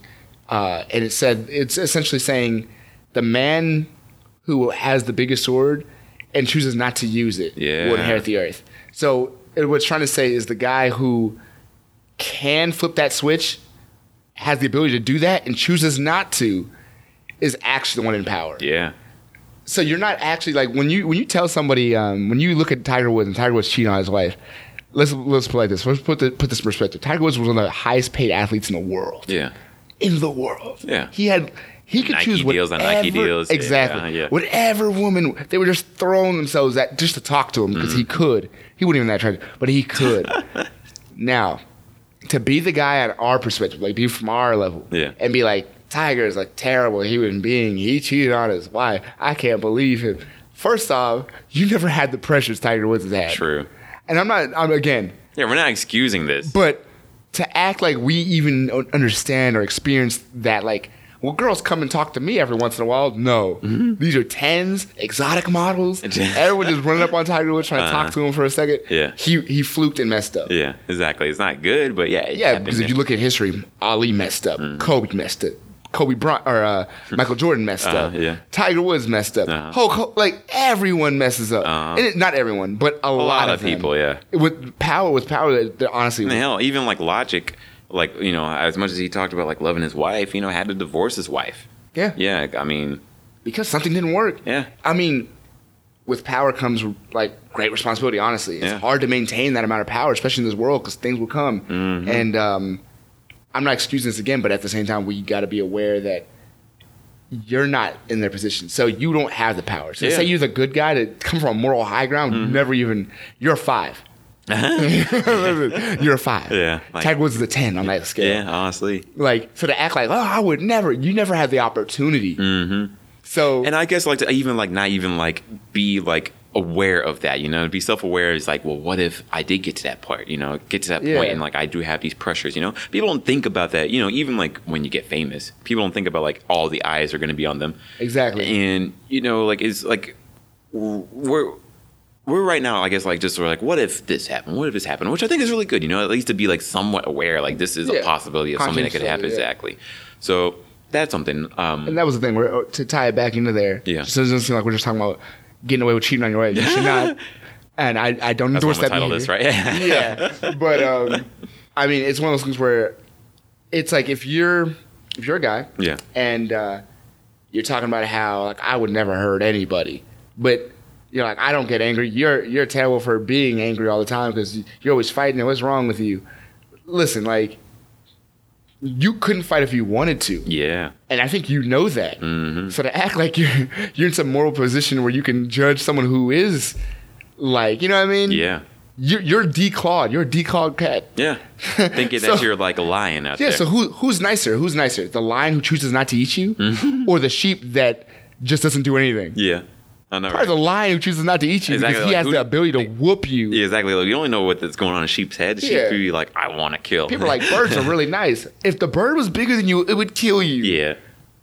S2: uh, and it said it's essentially saying the man who has the biggest sword and chooses not to use it
S1: Yeah.
S2: will inherit the earth. So it, what it's trying to say is the guy who can flip that switch has the ability to do that and chooses not to is actually the one in power.
S1: Yeah.
S2: So you're not actually like when you when you tell somebody um, when you look at Tiger Woods and Tiger Woods cheating on his wife. Let's let's play this. Let's put the, put this in perspective. Tiger Woods was one of the highest paid athletes in the world.
S1: Yeah.
S2: In the world.
S1: Yeah.
S2: He had he could
S1: Nike
S2: choose whatever,
S1: deals on Nike deals. Yeah,
S2: Exactly.
S1: yeah.
S2: Whatever woman they were just throwing themselves at just to talk to him because he
S1: Mm-hmm.
S2: could. He wouldn't even that try, but
S1: (laughs)
S2: he could. now, to be the guy at our perspective, like be from our level,
S1: Yeah.
S2: and be like, Tiger is a terrible human being. He cheated on his wife. I can't believe him. First off, you never had the pressures Tiger Woods has had.
S1: True.
S2: And I'm not. I'm again,
S1: Yeah, we're not excusing this.
S2: but to act like we even o- understand or experience that, like, well, girls come and talk to me every once in a while. No,
S1: Mm-hmm.
S2: these are tens,
S1: (laughs)
S2: exotic models. Everyone just running up on Tiger Woods trying to
S1: Uh-huh.
S2: talk to him for a second.
S1: Yeah.
S2: he he fluked and messed up.
S1: yeah, exactly. It's not good, but yeah. it
S2: Yeah,
S1: happened.
S2: because if you look at history, Ali messed up,
S1: Mm-hmm.
S2: Kobe messed up, Kobe Bryant or uh, Michael Jordan messed
S1: Uh-huh,
S2: up,
S1: yeah.
S2: Tiger Woods messed up,
S1: Uh-huh.
S2: Hulk, Ho- like everyone messes up,
S1: Uh-huh.
S2: and it, not everyone, but a,
S1: a
S2: lot, of them.
S1: people, yeah.
S2: With power, with power, that that honestly,
S1: And hell, even like Logic, like you know, as much as he talked about like loving his wife, you know, had to divorce his wife.
S2: yeah,
S1: Yeah, I mean,
S2: because something didn't work.
S1: yeah,
S2: I mean, with power comes like great responsibility. Honestly, it's
S1: Yeah.
S2: hard to maintain that amount of power, especially in this world, because things will come.
S1: Mm-hmm.
S2: And um, I'm not excusing this again, but at the same time, we got to be aware that you're not in their position, so you don't have the power. So
S1: Yeah. Mm-hmm. (laughs)
S2: say you're the good guy to come from a moral high ground, you never even you're a five. You're a five.
S1: Yeah, like-
S2: Tiger Woods is a ten on that scale.
S1: Yeah, honestly.
S2: Like so to act like, oh, I would never. You never had the opportunity. Mm-hmm. So
S1: Mm. And I guess like to even like not even like be like aware of that, you know, to be self-aware is like, well, what if I did get to that part, you know, get to that point
S2: Yeah.
S1: and like I do have these pressures, you know. People don't think about that, you know, even like when you get famous, people don't think about like all the eyes are going to be on them.
S2: exactly.
S1: And you know, like it's like w- we're we're right now, I guess, like just sort of like, what if this happened? What if this happened? Which I think is really good, you know, at least to be like somewhat aware, like this is
S2: Yeah.
S1: a possibility of something that could
S2: Conscious,
S1: happen.
S2: yeah.
S1: Exactly. So that's something. Um,
S2: And that was the thing. Where to tie it back into there.
S1: Yeah.
S2: So it doesn't seem like we're just talking about getting away with cheating on your wife. You
S1: (laughs)
S2: should not. And I, I don't
S1: that's
S2: endorse
S1: what I'm
S2: that.
S1: gonna title
S2: behavior.
S1: this, right? (laughs)
S2: (laughs) yeah but um i mean it's one of those things where it's like if you're if you're a guy
S1: yeah.
S2: and uh you're talking about how like i would never hurt anybody but you're like i don't get angry you're you're terrible for being angry all the time because you're always fighting and what's wrong with you listen like you couldn't fight if you wanted to
S1: Yeah. mm-hmm.
S2: and i think you know that so to act like you're you're in some moral position where you can judge someone who is like you know what i mean
S1: Yeah.
S2: you're, you're declawed. You're a declawed cat. (laughs)
S1: Yeah. Thinking that
S2: So-
S1: you're like a lion out
S2: Yeah.
S1: there.
S2: So who who's nicer? Who's nicer? The lion who chooses not to eat you, or the sheep that just doesn't do anything?
S1: Mm-hmm. yeah. I know.
S2: Probably
S1: right?
S2: the lion who chooses not to eat you
S1: Exactly,
S2: because
S1: like,
S2: he has
S1: who-
S2: the ability to whoop you.
S1: Yeah, exactly. Like, you only know what that's going on in sheep's head. Sheep
S2: Yeah.
S1: could be like, I want to kill.
S2: People
S1: (laughs)
S2: are like birds are really nice. If the bird was bigger than you, it would kill you.
S1: yeah.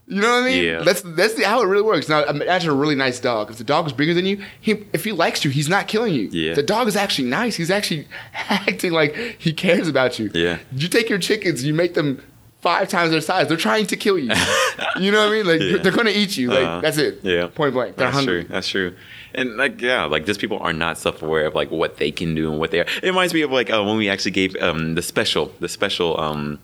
S2: You know what I mean?
S1: Yeah.
S2: That's that's the, how it really works. Now imagine a really nice dog. If the dog was bigger than you, he if he likes you, he's not killing you.
S1: Yeah.
S2: The dog is actually nice. He's actually (laughs) acting like he cares about you.
S1: Yeah.
S2: You take your chickens, you make them five times their size. They're trying to kill you. (laughs)
S1: (laughs)
S2: you know what I mean? Like
S1: Yeah.
S2: they're gonna eat you. Like
S1: Uh-huh.
S2: that's it.
S1: Yeah.
S2: Point blank. They're
S1: (laughs) That's
S2: hungry.
S1: true. That's true. And like, yeah, like just people are not self-aware of like what they can do and what they are. It reminds me of like uh, when we actually gave um, the special, the special, um,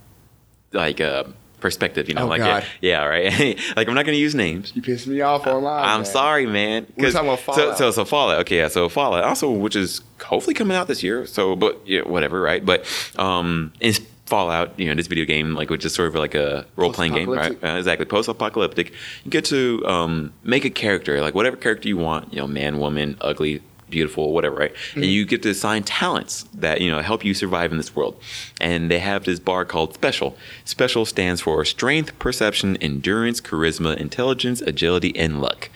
S1: like uh, perspective. You know,
S2: Oh,
S1: like
S2: God.
S1: yeah, yeah, right. (laughs) like I'm not gonna use names.
S2: You pissed me off online.
S1: I'm
S2: man.
S1: sorry, man.
S2: We're
S1: 'Cause-
S2: talking about
S1: so,
S2: Fallout.
S1: so so Fallout. Okay, yeah. So Fallout also, which is hopefully coming out this year. So, but yeah, whatever, right? But um, it's Fallout. You know, this video game, like, which is sort of like a role playing game, right?
S2: Post-apocalyptic.
S1: Uh, exactly, post apocalyptic. You get to um, make a character, like whatever character you want. You know, man, woman, ugly. Beautiful, whatever, right? And you get to assign talents that you know help you survive in this world. And they have this bar called Special. Special stands for Strength, Perception, Endurance, Charisma, Intelligence, Agility, and Luck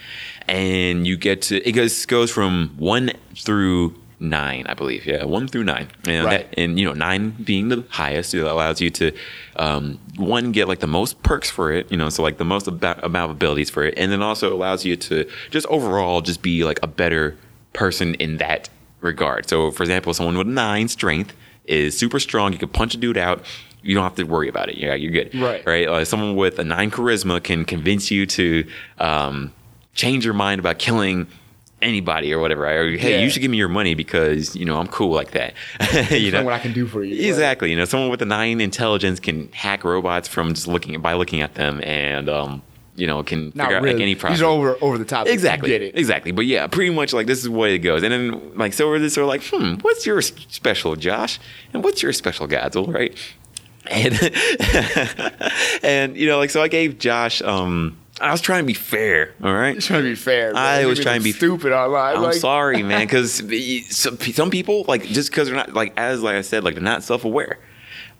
S1: and you get to it goes goes from one through nine, I believe. Yeah, one through nine, and,
S2: Right.
S1: that- and you know nine being the highest, it allows you to um, one get like the most perks for it, you know, so like the most about, amount of abilities for it, and then also allows you to just overall just be like a better person in that regard. So, for example, someone with nine strength is super strong. You can punch a dude out. You don't have to worry about it. Yeah, you're good.
S2: Right.
S1: Right. Uh, someone with a nine charisma can convince you to um, change your mind about killing anybody or whatever. Right? Or, hey,
S2: Yeah.
S1: you should give me your money because you know I'm cool like that. (laughs) you
S2: Tell me
S1: know.
S2: what I can do for you.
S1: Exactly. You know, someone with a nine intelligence can hack robots from just looking by looking at them, and um, you know, can
S2: Like,
S1: figure
S2: not really.
S1: out like, any problem.
S2: These are over over the top. You
S1: Exactly.
S2: Get it.
S1: Exactly. But yeah, pretty much like this is what it goes. And then like so we're just sort of like, hmm, what's your s- special, Josh? And what's your special, Godzilla, right? And (laughs) and you know like so I gave Josh um I was trying to be fair, all right.
S2: You're trying to be fair.
S1: I
S2: man.
S1: was
S2: You're
S1: trying to be-
S2: stupid online.
S1: I'm
S2: like,
S1: sorry, man, because (laughs) some, some people like just because they're not like as like I said, like they're not self aware.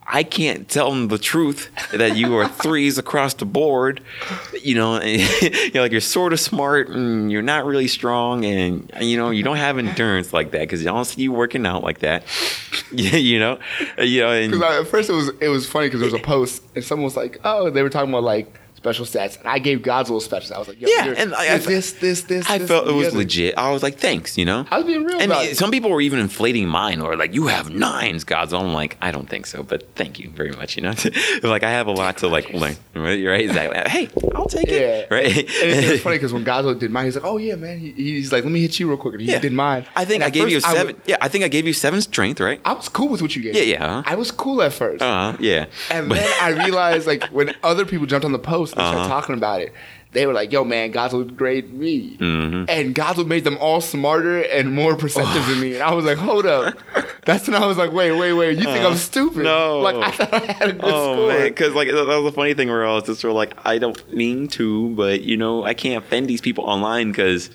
S1: I can't tell them the truth that you are threes across the board. You know, (laughs) and, you know, like you're sort of smart and you're not really strong, and you know you don't have endurance like that because you don't see you working out like that. (laughs) you know, you know, and
S2: Because at first it was it was funny because there was a post and someone was like, oh, they were talking about like special stats, and I gave Godzilla special. stats. I was like, Yo,
S1: Yeah,
S2: you're-
S1: and I-
S2: you're
S1: I-
S2: this, this, this.
S1: I
S2: this,
S1: felt it
S2: and the
S1: was
S2: other.
S1: legit. I was like, thanks, you know.
S2: I was being real
S1: And
S2: about
S1: it- (laughs)
S2: it.
S1: some people were even inflating mine, or like, you have nines, gods. I'm like, I don't think so, but thank you very much. You know, (laughs) like I have a lot to like learn. Right? You're right?
S2: (laughs)
S1: Exactly. Hey, I'll take it.
S2: Yeah.
S1: Right?
S2: And it, it
S1: (laughs)
S2: was funny because when Godzilla did mine, he's like, oh yeah, man. He, he's like, let me hit you real quick, and he
S1: Yeah.
S2: did mine.
S1: I think
S2: And
S1: I
S2: at
S1: gave you a
S2: first I
S1: seven.
S2: was-
S1: yeah, I think I gave you seven strength, right?
S2: I was cool with what you gave.
S1: Yeah,
S2: me.
S1: yeah, uh-huh.
S2: I was cool at first,
S1: Uh huh. Yeah.
S2: and
S1: But-
S2: then
S1: (laughs)
S2: I realized like when other people jumped on the post and
S1: Uh-huh.
S2: started talking about it, they were like, "Yo, man, Godzilla grade me,"
S1: Mm-hmm.
S2: and Godzilla made them all smarter and more perceptive than me. And I was like, "Hold up," that's when I was like, "Wait, wait, wait! You think I'm stupid?
S1: Uh, no.
S2: Like I thought I had a good
S1: Oh
S2: score."
S1: man, because like that that was a funny thing where I
S2: (laughs)
S1: was just sort of like, I don't mean to, but you know, I can't offend these people online because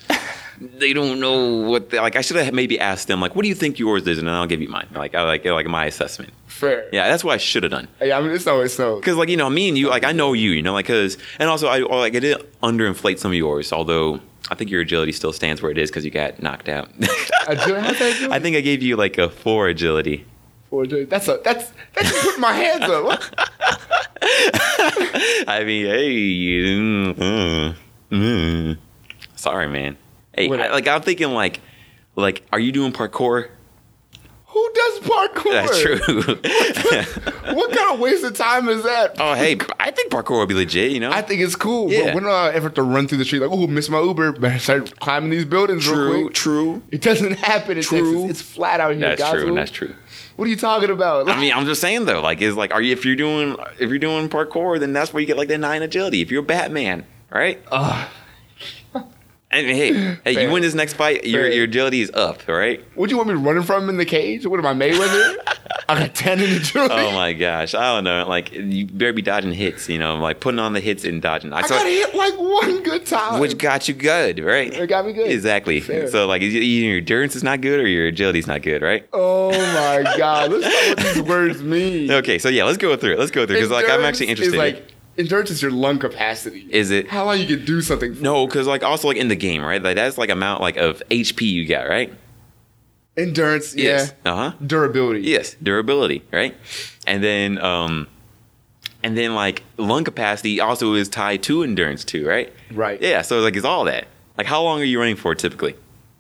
S1: they don't know what. They, like I should have maybe asked them like, what do you think yours is, and then I'll give you mine. Like I like like my assessment.
S2: Fair.
S1: Yeah, that's what I should have done.
S2: Yeah, I mean, it's no, it's no.
S1: Because like you know, me and you, like I know you, you know, like because and also I or, like I did underinflate some of yours, although I think your agility still stands where it is because you got knocked out.
S2: (laughs) Agility? How's that agility?
S1: I think I gave you like a four agility.
S2: Or do- That's a that's that's just putting my hands up. What?
S1: (laughs) I mean, hey, mm, mm, mm. sorry, man. Hey,
S2: What-
S1: I, like I'm thinking like, like are you doing parkour?
S2: Who does parkour?
S1: That's true.
S2: (laughs) What kind of waste of time is that?
S1: (laughs) oh, hey, I think parkour would be legit. You know,
S2: I think it's cool.
S1: Yeah.
S2: But when do I ever have to run through the street like, oh, miss my Uber, better start climbing these buildings real
S1: true,
S2: quick.
S1: true.
S2: It doesn't (laughs) happen in
S1: True.
S2: Texas. It's flat out here.
S1: That's
S2: guys.
S1: true. That's true.
S2: What are you talking about?
S1: I mean, I'm just saying though, like, is like, are you if you're doing if you're doing parkour, then that's where you get like the nine agility. If you're Batman, right?
S2: Ugh.
S1: And hey, hey,
S2: Fair.
S1: you win this next fight, your
S2: Fair.
S1: your agility is up, all
S2: (laughs)
S1: right?
S2: what do you want me running from in the cage? What am I
S1: (laughs)
S2: Mayweather? I got ten in the jury.
S1: Oh my gosh, I don't know. Like, you better be dodging hits, you know, like putting on the hits and dodging.
S2: I got hit like one good time.
S1: which got you good, right?
S2: It got me good.
S1: Exactly.
S2: Fair.
S1: So like, either your endurance is not good or your agility is not good, right?
S2: oh my god! Let's talk what these words
S1: (laughs)
S2: mean.
S1: Okay, so yeah, let's go through it. Let's go through because like I'm
S2: Endurance
S1: actually interested.
S2: Is like endurance is your lung capacity.
S1: is it
S2: how long you can do something. for.
S1: No, because like also like in the game, right? Like that's like amount like of HP you got, right?
S2: Endurance, yeah.
S1: Yes. Uh huh.
S2: Durability.
S1: Yes. Durability, right? And then um, and then like lung capacity also is tied to endurance too, right?
S2: Right.
S1: Yeah. So like it's all that. Like how long are you running for typically?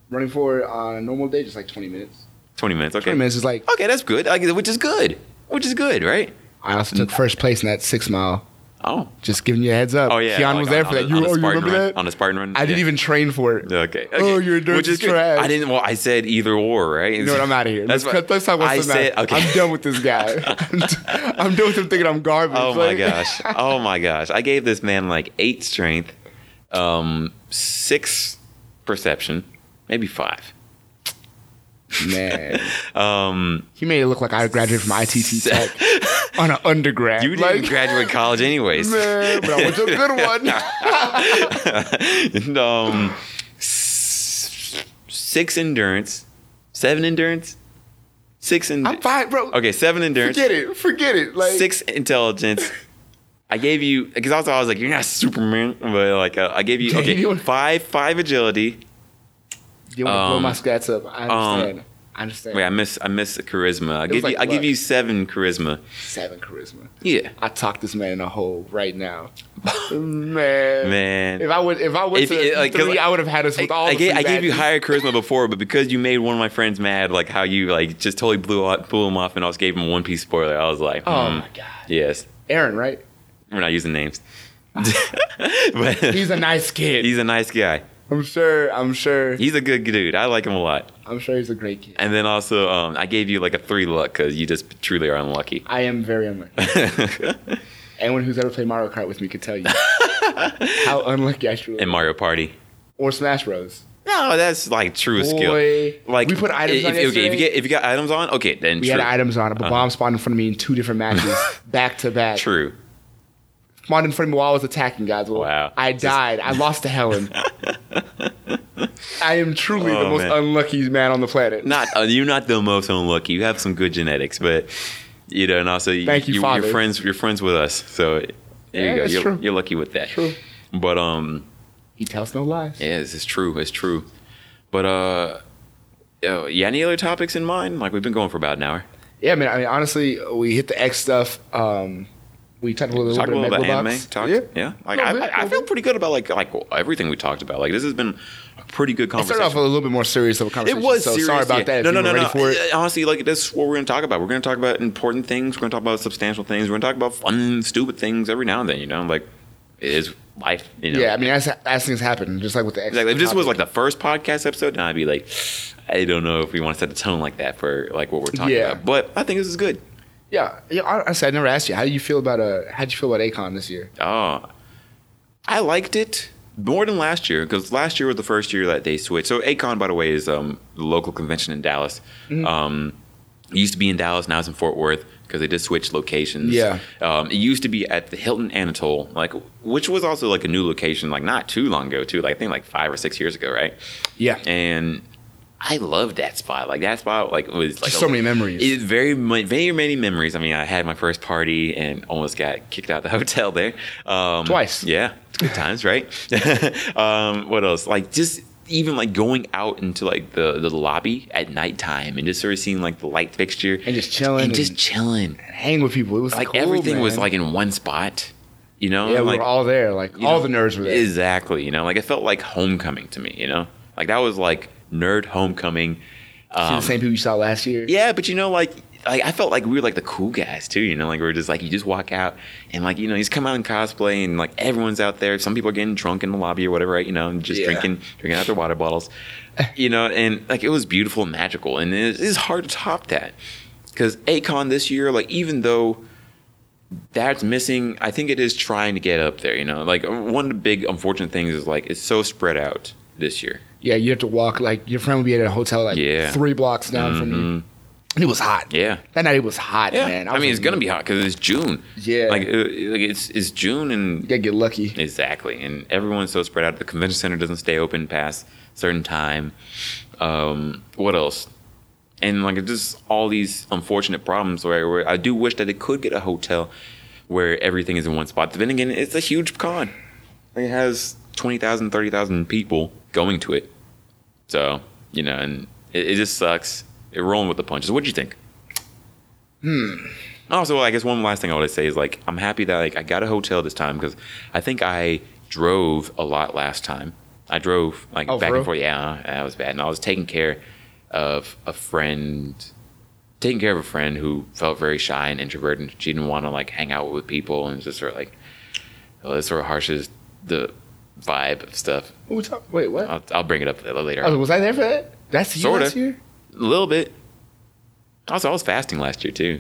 S2: Running forward on a normal day, just like 20 minutes.
S1: Twenty minutes. Okay.
S2: 20 minutes is like.
S1: Okay, that's good. Like which is good. Which is good, right?
S2: I also took first place in that six mile.
S1: Oh.
S2: Just giving you a heads up.
S1: Oh yeah.
S2: Keon
S1: like,
S2: was there
S1: on-
S2: for
S1: on the-
S2: that. You,
S1: on the
S2: oh, you
S1: Spartan
S2: remember
S1: run,
S2: that?
S1: On the Spartan run.
S2: I didn't
S1: Yeah.
S2: even train for it.
S1: Okay. okay.
S2: Oh, your endurance
S1: Which is
S2: is
S1: good.
S2: trash.
S1: I didn't. Well, I said either or, right?
S2: You know what? I'm out of here.
S1: That's
S2: Let's,
S1: what-
S2: let's talk about
S1: I
S2: something
S1: said-
S2: else.
S1: okay.
S2: I'm done with this
S1: (laughs)
S2: guy. (laughs) I'm, d- I'm done with him thinking I'm garbage.
S1: Oh my
S2: Like-
S1: gosh. Oh my gosh. I gave this man like eight strength, um, six perception, maybe five.
S2: (laughs) Man.
S1: Um,
S2: He made it look like I graduated from
S1: (laughs)
S2: ITT Tech on an undergrad.
S1: you didn't
S2: like, (laughs)
S1: graduate college anyways.
S2: Man, but I went to a good
S1: And, (laughs)
S2: one.
S1: um, s- six endurance, seven endurance, six and
S2: I'm fine, bro.
S1: okay, seven endurance,
S2: Forget it. Forget it. Like
S1: six
S2: (laughs)
S1: intelligence. I gave you because also I was like, you're not Superman, (laughs) but like uh, I gave you
S2: Yeah, you
S1: okay
S2: were-
S1: five five agility.
S2: You want to blow
S1: Um,
S2: my stats up. I understand. I understand.
S1: Wait, I miss I miss charisma. I give
S2: was
S1: you
S2: like
S1: I give
S2: what?
S1: you seven charisma.
S2: Seven charisma.
S1: Yeah,
S2: I talked this man in a hole
S1: (laughs)
S2: right now. man.
S1: man.
S2: If I would, if I went
S1: If
S2: to E
S1: it- like, 'cause
S2: three,
S1: like-
S2: I would have had us
S1: I,
S2: with all.
S1: I
S2: the
S1: gave,
S2: free
S1: I gave you
S2: badges.
S1: higher charisma before, but because you made one of my friends mad, like how you like just totally blew out, blew him off, and I just gave him a One Piece spoiler. I was like,
S2: Oh
S1: hmm,
S2: my god.
S1: yes,
S2: Aaron,
S1: (laughs)
S2: right?
S1: we're not using
S2: (laughs)
S1: names, (laughs) but
S2: He's a nice kid.
S1: he's a nice guy.
S2: I'm sure. I'm sure.
S1: He's a good dude. I like him a lot.
S2: I'm sure he's a great kid.
S1: And then also, um, I gave you like a three luck because you just truly are (laughs) unlucky.
S2: I am very unlucky. Anyone who's ever played Mario Kart with me
S1: (laughs)
S2: could tell you how unlucky I truly
S1: In
S2: am.
S1: Mario Party.
S2: Or Smash Bros.
S1: No, that's like true skill.
S2: Boy,
S1: Like
S2: we put items
S1: if,
S2: on
S1: okay, if
S2: yesterday.
S1: you get if you got items on, okay, then
S2: we
S1: true. Uh-huh.
S2: had items on it, but bomb spawned in front of me in two
S1: (laughs)
S2: different matches, back to back.
S1: True.
S2: Spawned in front of me while I was attacking guys. Well,
S1: Wow.
S2: I
S1: Just-
S2: died. I lost
S1: (laughs)
S2: to Helen. I am truly the
S1: Oh,
S2: most
S1: man.
S2: unlucky man on the planet.
S1: Not uh, you're not the most unlucky. You have some good genetics, but you know, and also
S2: Thank you,
S1: are
S2: Father.
S1: friends. You're friends with us, so there
S2: Yeah,
S1: you go.
S2: that's
S1: You're,
S2: true.
S1: you're lucky with that.
S2: True.
S1: But um,
S2: He tells no lies.
S1: yeah, it's, it's true. It's true. But uh, uh, yeah, any other topics in mind? Like we've been going for about an hour.
S2: Yeah, man. I mean, honestly, we hit the X stuff. Um, we talked a little,
S1: Talked a
S2: bit
S1: little about
S2: about
S1: anime.
S2: Megalobox.
S1: Talked,
S2: Yeah.
S1: yeah. Like
S2: Little
S1: I,
S2: bit,
S1: I- I
S2: little
S1: feel
S2: bit.
S1: pretty good about like like everything we talked about. Like this has been a pretty good
S2: It started
S1: conversation.
S2: off a little bit more serious of a
S1: It
S2: conversation.
S1: was
S2: so
S1: serious.
S2: Sorry about
S1: yeah.
S2: that. if
S1: No,
S2: you
S1: no, no,
S2: weren't
S1: no.
S2: ready For it.
S1: Uh, Honestly, like that's what we're going to talk about. We're going to talk about important things. We're going to talk about substantial things. We're going to talk about fun, stupid things every now and then. You know, like it is life. You know,
S2: Yeah, I mean, as, as things happen, just like with the X.
S1: Exactly. If this was
S2: topic.
S1: like the first podcast episode, then I'd be like, I don't know if we want to set the tone like that for like what we're talking
S2: Yeah.
S1: about. But I think this is good.
S2: yeah, yeah. Honestly, I never asked you. How do you feel about uh? How would you feel about Akon this year?
S1: Oh, I liked it more than last year because last year was the
S2: Mm-hmm.
S1: first year that they switched. So Acon, by the way, is um, the local convention in Dallas. Um, It used to be in Dallas, now it's in Fort Worth because they just switched locations.
S2: Yeah.
S1: Um, it used to be at the Hilton Anatole, like which was also like a new location, like not too long ago too, like I think like five or six years ago, right?
S2: Yeah.
S1: And I loved that spot. Like that spot, like was like
S2: Just so many memories.
S1: It very mu- very many memories. I mean, I had my first party and almost got kicked out of the (laughs) hotel there um,
S2: Twice.
S1: Yeah, it's good times, right? (laughs) um, what else? Like just even like going out into like the the lobby at nighttime and just sort of seeing like the light fixture
S2: And just chilling
S1: and just
S2: and-
S1: chilling
S2: Hang with people. It was
S1: like
S2: cool,
S1: everything was
S2: man.
S1: like in one spot. You know,
S2: yeah, we
S1: like
S2: were all there. Like
S1: you
S2: all
S1: know,
S2: the nerds were there.
S1: Exactly. You know, like it felt like homecoming to me. You know, like that was like nerd homecoming.
S2: See
S1: Um,
S2: the same people you saw last year.
S1: yeah, but you know, like. Like, I felt like we were like the cool guys too, you know. Like we were just like you just walk out and like you know you just come out in cosplay and like everyone's out there. Some people are getting drunk in the lobby or whatever, right? You know, and just
S2: Yeah.
S1: drinking drinking out their water bottles, (laughs) you know. And like it was beautiful and magical, and it is hard to top that because Akon this year, like even though that's missing. I think it is trying to get up there. You know, like one of the big unfortunate things is like it's so spread out this year.
S2: Yeah, you have to walk. Like your friend would be at a hotel like
S1: Yeah.
S2: three blocks down from you. And it was hot.
S1: Mm-hmm. Yeah.
S2: That night it was hot,
S1: Yeah,
S2: man.
S1: I,
S2: was
S1: mean it's
S2: like,
S1: gonna be hot because it's June.
S2: Yeah.
S1: like, uh, like it's it's June
S2: You
S1: and
S2: gotta get lucky.
S1: exactly, and everyone's so spread out. The convention center doesn't stay open past certain time. Um, what else? And like it's just all these unfortunate problems where, where I do wish that it could get a hotel where everything is in one spot. But then again, it's a huge con. It has 20,000, 30,000 people going to it. So, you know, and it, it just sucks. It rolling with the punches. What'd you think? Hmm. Also, I guess one last thing I would say is like I'm happy that like I got a hotel this time because I think I drove a lot last time. I drove like
S2: Oh, for
S1: back
S2: real?
S1: and forth. Yeah, that was bad. And I was taking care of a friend, taking care of a friend who felt very shy and introverted. She didn't want to like hang out with people and it's just sort of like well, it sort of harshes the vibe of stuff.
S2: What was up? Wait, what?
S1: I'll, I'll bring it up later.
S2: Oh, was I there for that? That's you
S1: Sorta.
S2: last year.
S1: A little bit. Also, I was fasting last year too.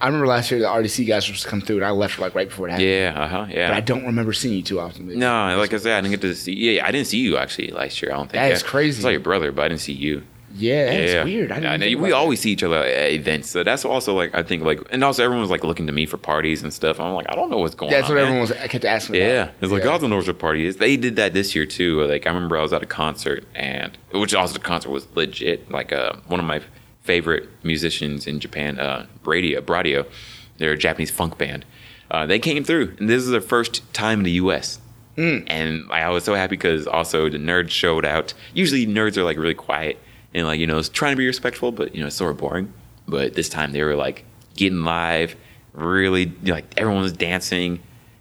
S2: I remember last year the RDC guys were supposed to come through, and I left like right before it happened.
S1: Yeah, uh huh,
S2: But I
S1: yeah.
S2: don't remember seeing you too often.
S1: No, like I said, I didn't get to see. Yeah, I didn't see you actually last year. I don't think
S2: That
S1: yeah.
S2: is crazy.
S1: I saw your brother, but I didn't see you.
S2: Yeah,
S1: yeah,
S2: it's
S1: yeah.
S2: weird. I
S1: Yeah,
S2: didn't.
S1: know.
S2: think
S1: we
S2: about
S1: always see each other at events, so that's also like I think like, and also everyone was like looking to me for parties and stuff. I'm like, I don't know what's
S2: that.
S1: going
S2: That's
S1: on.
S2: what
S1: man.
S2: everyone was. I kept asking.
S1: Yeah,
S2: about.
S1: it's like all the Northrop party is. They did that this year too. Like I remember I was at a concert and which also the concert was legit. Like uh, one of my favorite musicians in Japan, uh, Bradio, Bradio, they're a Japanese funk band. Uh, they came through, and this is their first time in the U.S. And I was so happy because also the nerds showed out. Usually nerds are like really quiet and like you know trying to be respectful, but you know it's sort of boring. But this time they were like getting live, really like everyone was dancing,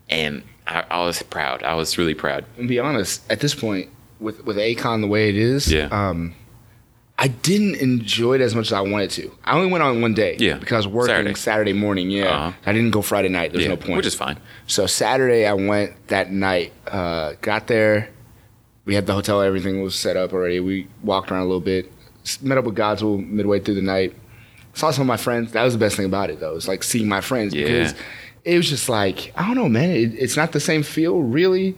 S1: and I, I was proud. I was really proud.
S2: And be honest, at this point, with with Akon the way it is,
S1: Yeah.
S2: um, I didn't enjoy it as much as I wanted to. I only went on one day,
S1: Yeah.
S2: because I was working
S1: Saturday.
S2: Saturday, morning. Yeah,
S1: Uh-huh.
S2: I didn't go Friday night. There's
S1: yeah,
S2: no point.
S1: which is fine.
S2: So Saturday, I went that night. Uh, got there, we had the hotel. Everything was set up already. We walked around a little bit. s- Met up with Godswill midway through the night. Saw some of my friends. That was the best thing about it, though. It's like seeing my friends
S1: Yeah.
S2: because it was just like I don't know, man. It, it's not the same feel, really.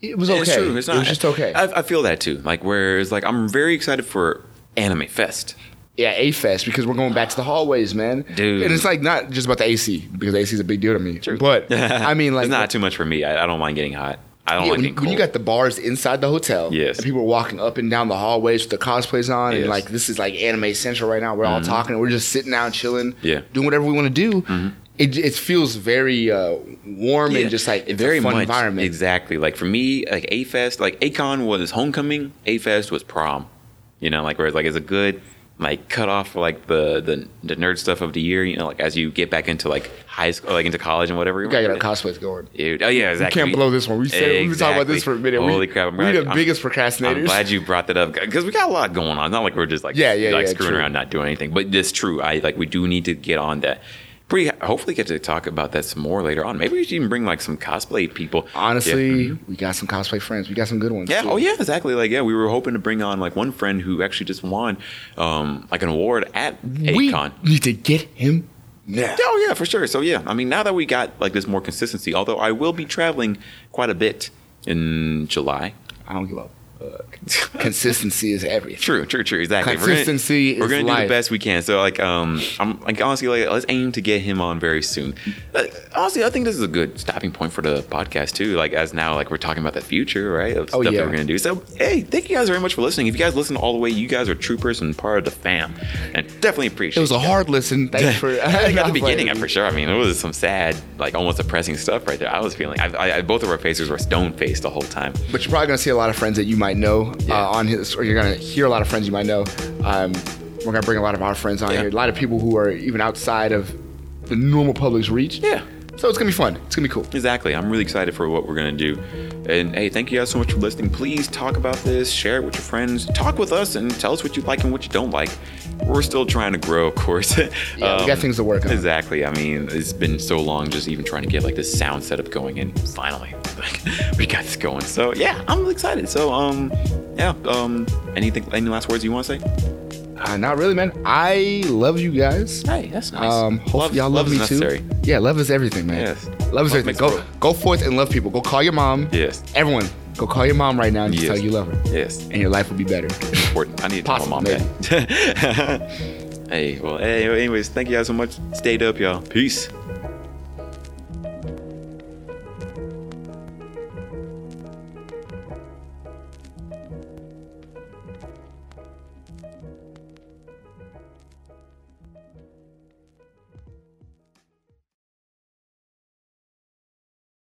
S2: It was okay.
S1: Mm-hmm. It's true. It's not.
S2: It was just okay.
S1: I, I feel that too. Like where it's like I'm very excited for Anime Fest.
S2: yeah, A Fest because we're going back to the hallways, man.
S1: Dude.
S2: and
S1: (laughs)
S2: it's like not just about the AC because AC is a big deal to me.
S1: True.
S2: But I mean, like
S1: it's not too much for me. I, I don't mind getting hot. I don't
S2: Yeah,
S1: like
S2: when,
S1: getting
S2: you-
S1: cold.
S2: when you got the bars inside the hotel,
S1: Yes.
S2: and people are walking up and down the hallways with the cosplays on,
S1: Yes. Mm-hmm.
S2: and like this is like anime central right now. We're all talking, and we're just sitting down, chilling,
S1: Yeah. Mm-hmm.
S2: doing whatever we want to do. It, it feels very uh, warm
S1: Yeah,
S2: and just like it's
S1: very
S2: a fun
S1: much,
S2: environment.
S1: Exactly. Like for me, like A Fest, like Akon was homecoming, A Fest was prom. You know, like where it's like it's a good like cut off for like the, the the nerd stuff of the year. You know, like as you get back into like high school, like into college and whatever.
S2: We gotta get our cosplays going.
S1: Dude, oh yeah, exactly.
S2: We can't blow this one. We said we were talking about this for a minute.
S1: Holy
S2: we,
S1: crap! I'm
S2: we
S1: glad-
S2: the
S1: I'm-
S2: biggest procrastinators.
S1: I'm glad you brought that up because we got a lot going on. It's not like we're just like
S2: Yeah, yeah,
S1: like
S2: yeah,
S1: screwing
S2: true.
S1: around, not doing anything. But it's true. I like we do need to get on that. Pretty hopefully get to talk about that some more later on. Maybe we should even bring like some cosplay people.
S2: Honestly,
S1: Yeah.
S2: we got some cosplay friends. We got some good ones.
S1: Yeah.
S2: too.
S1: Oh, yeah. Exactly. Like, yeah, we were hoping to bring on like one friend who actually just won um, like an award at
S2: We
S1: ACON.
S2: need to get him now.
S1: Oh yeah, for sure. So yeah, I mean, now that we got like this more consistency, although I will be traveling quite a bit in July.
S2: I don't give up. consistency is everything.
S1: True, true, true. Exactly. We're gonna-
S2: Consistency
S1: We're
S2: is
S1: gonna, do
S2: life.
S1: the best we can. So like, um, I'm like honestly like let's aim to get him on very soon. Uh, honestly, I think this is a good stopping point for the podcast too. Like as now, like we're talking about the future, right? Of
S2: Oh,
S1: stuff
S2: yeah.
S1: that we're gonna do. So hey, thank you guys very much for listening. If you guys listen all the way, you guys are troopers and part of the fam, and definitely appreciate.
S2: It was a hard listen. Thanks (laughs) for
S1: Like at the beginning, I uh, for sure. I mean, it was some sad, like almost depressing stuff right there. I was feeling. I, I, I both of our faces were stone faced the whole time.
S2: But you're probably gonna see a lot of friends that you might know
S1: Yeah.
S2: uh, on his, or you're gonna hear a lot of friends you might know. Um, we're gonna bring a lot of our friends on
S1: Yeah.
S2: here, a lot of people who are even outside of the normal public's reach.
S1: Yeah.
S2: So it's gonna be fun. It's gonna be cool.
S1: Exactly. I'm really excited for what we're going to do. And hey, thank you guys so much for listening. Please talk about this, share it with your friends, talk with us, and tell us what you like and what you don't like. We're still trying to grow, of course. (laughs) yeah,
S2: we got things to work on.
S1: Exactly. I mean, it's been so long just even trying to get like this sound setup going, and finally, like, (laughs) we got this going. So yeah, I'm excited. So um, yeah. Um, anything? Any last words you want to say?
S2: Uh, not really, man. I love you guys.
S1: Hey, that's nice.
S2: Um, hope
S1: Love-
S2: y'all
S1: love
S2: love
S1: is
S2: me
S1: necessary.
S2: too. Yeah, love is everything, man.
S1: Yes.
S2: Love is
S1: Love
S2: everything.
S1: makes
S2: Go,
S1: the world.
S2: go forth and love people. Go call your mom.
S1: Yes.
S2: Everyone, go call your mom right now and just
S1: Yes.
S2: tell you love her,
S1: Yes.
S2: and your life will be better. (laughs)
S1: important. I need to tell my mom
S2: Possibly.
S1: (laughs) that. hey, well, hey, anyways, thank you guys so much. Stayed up, y'all. Peace.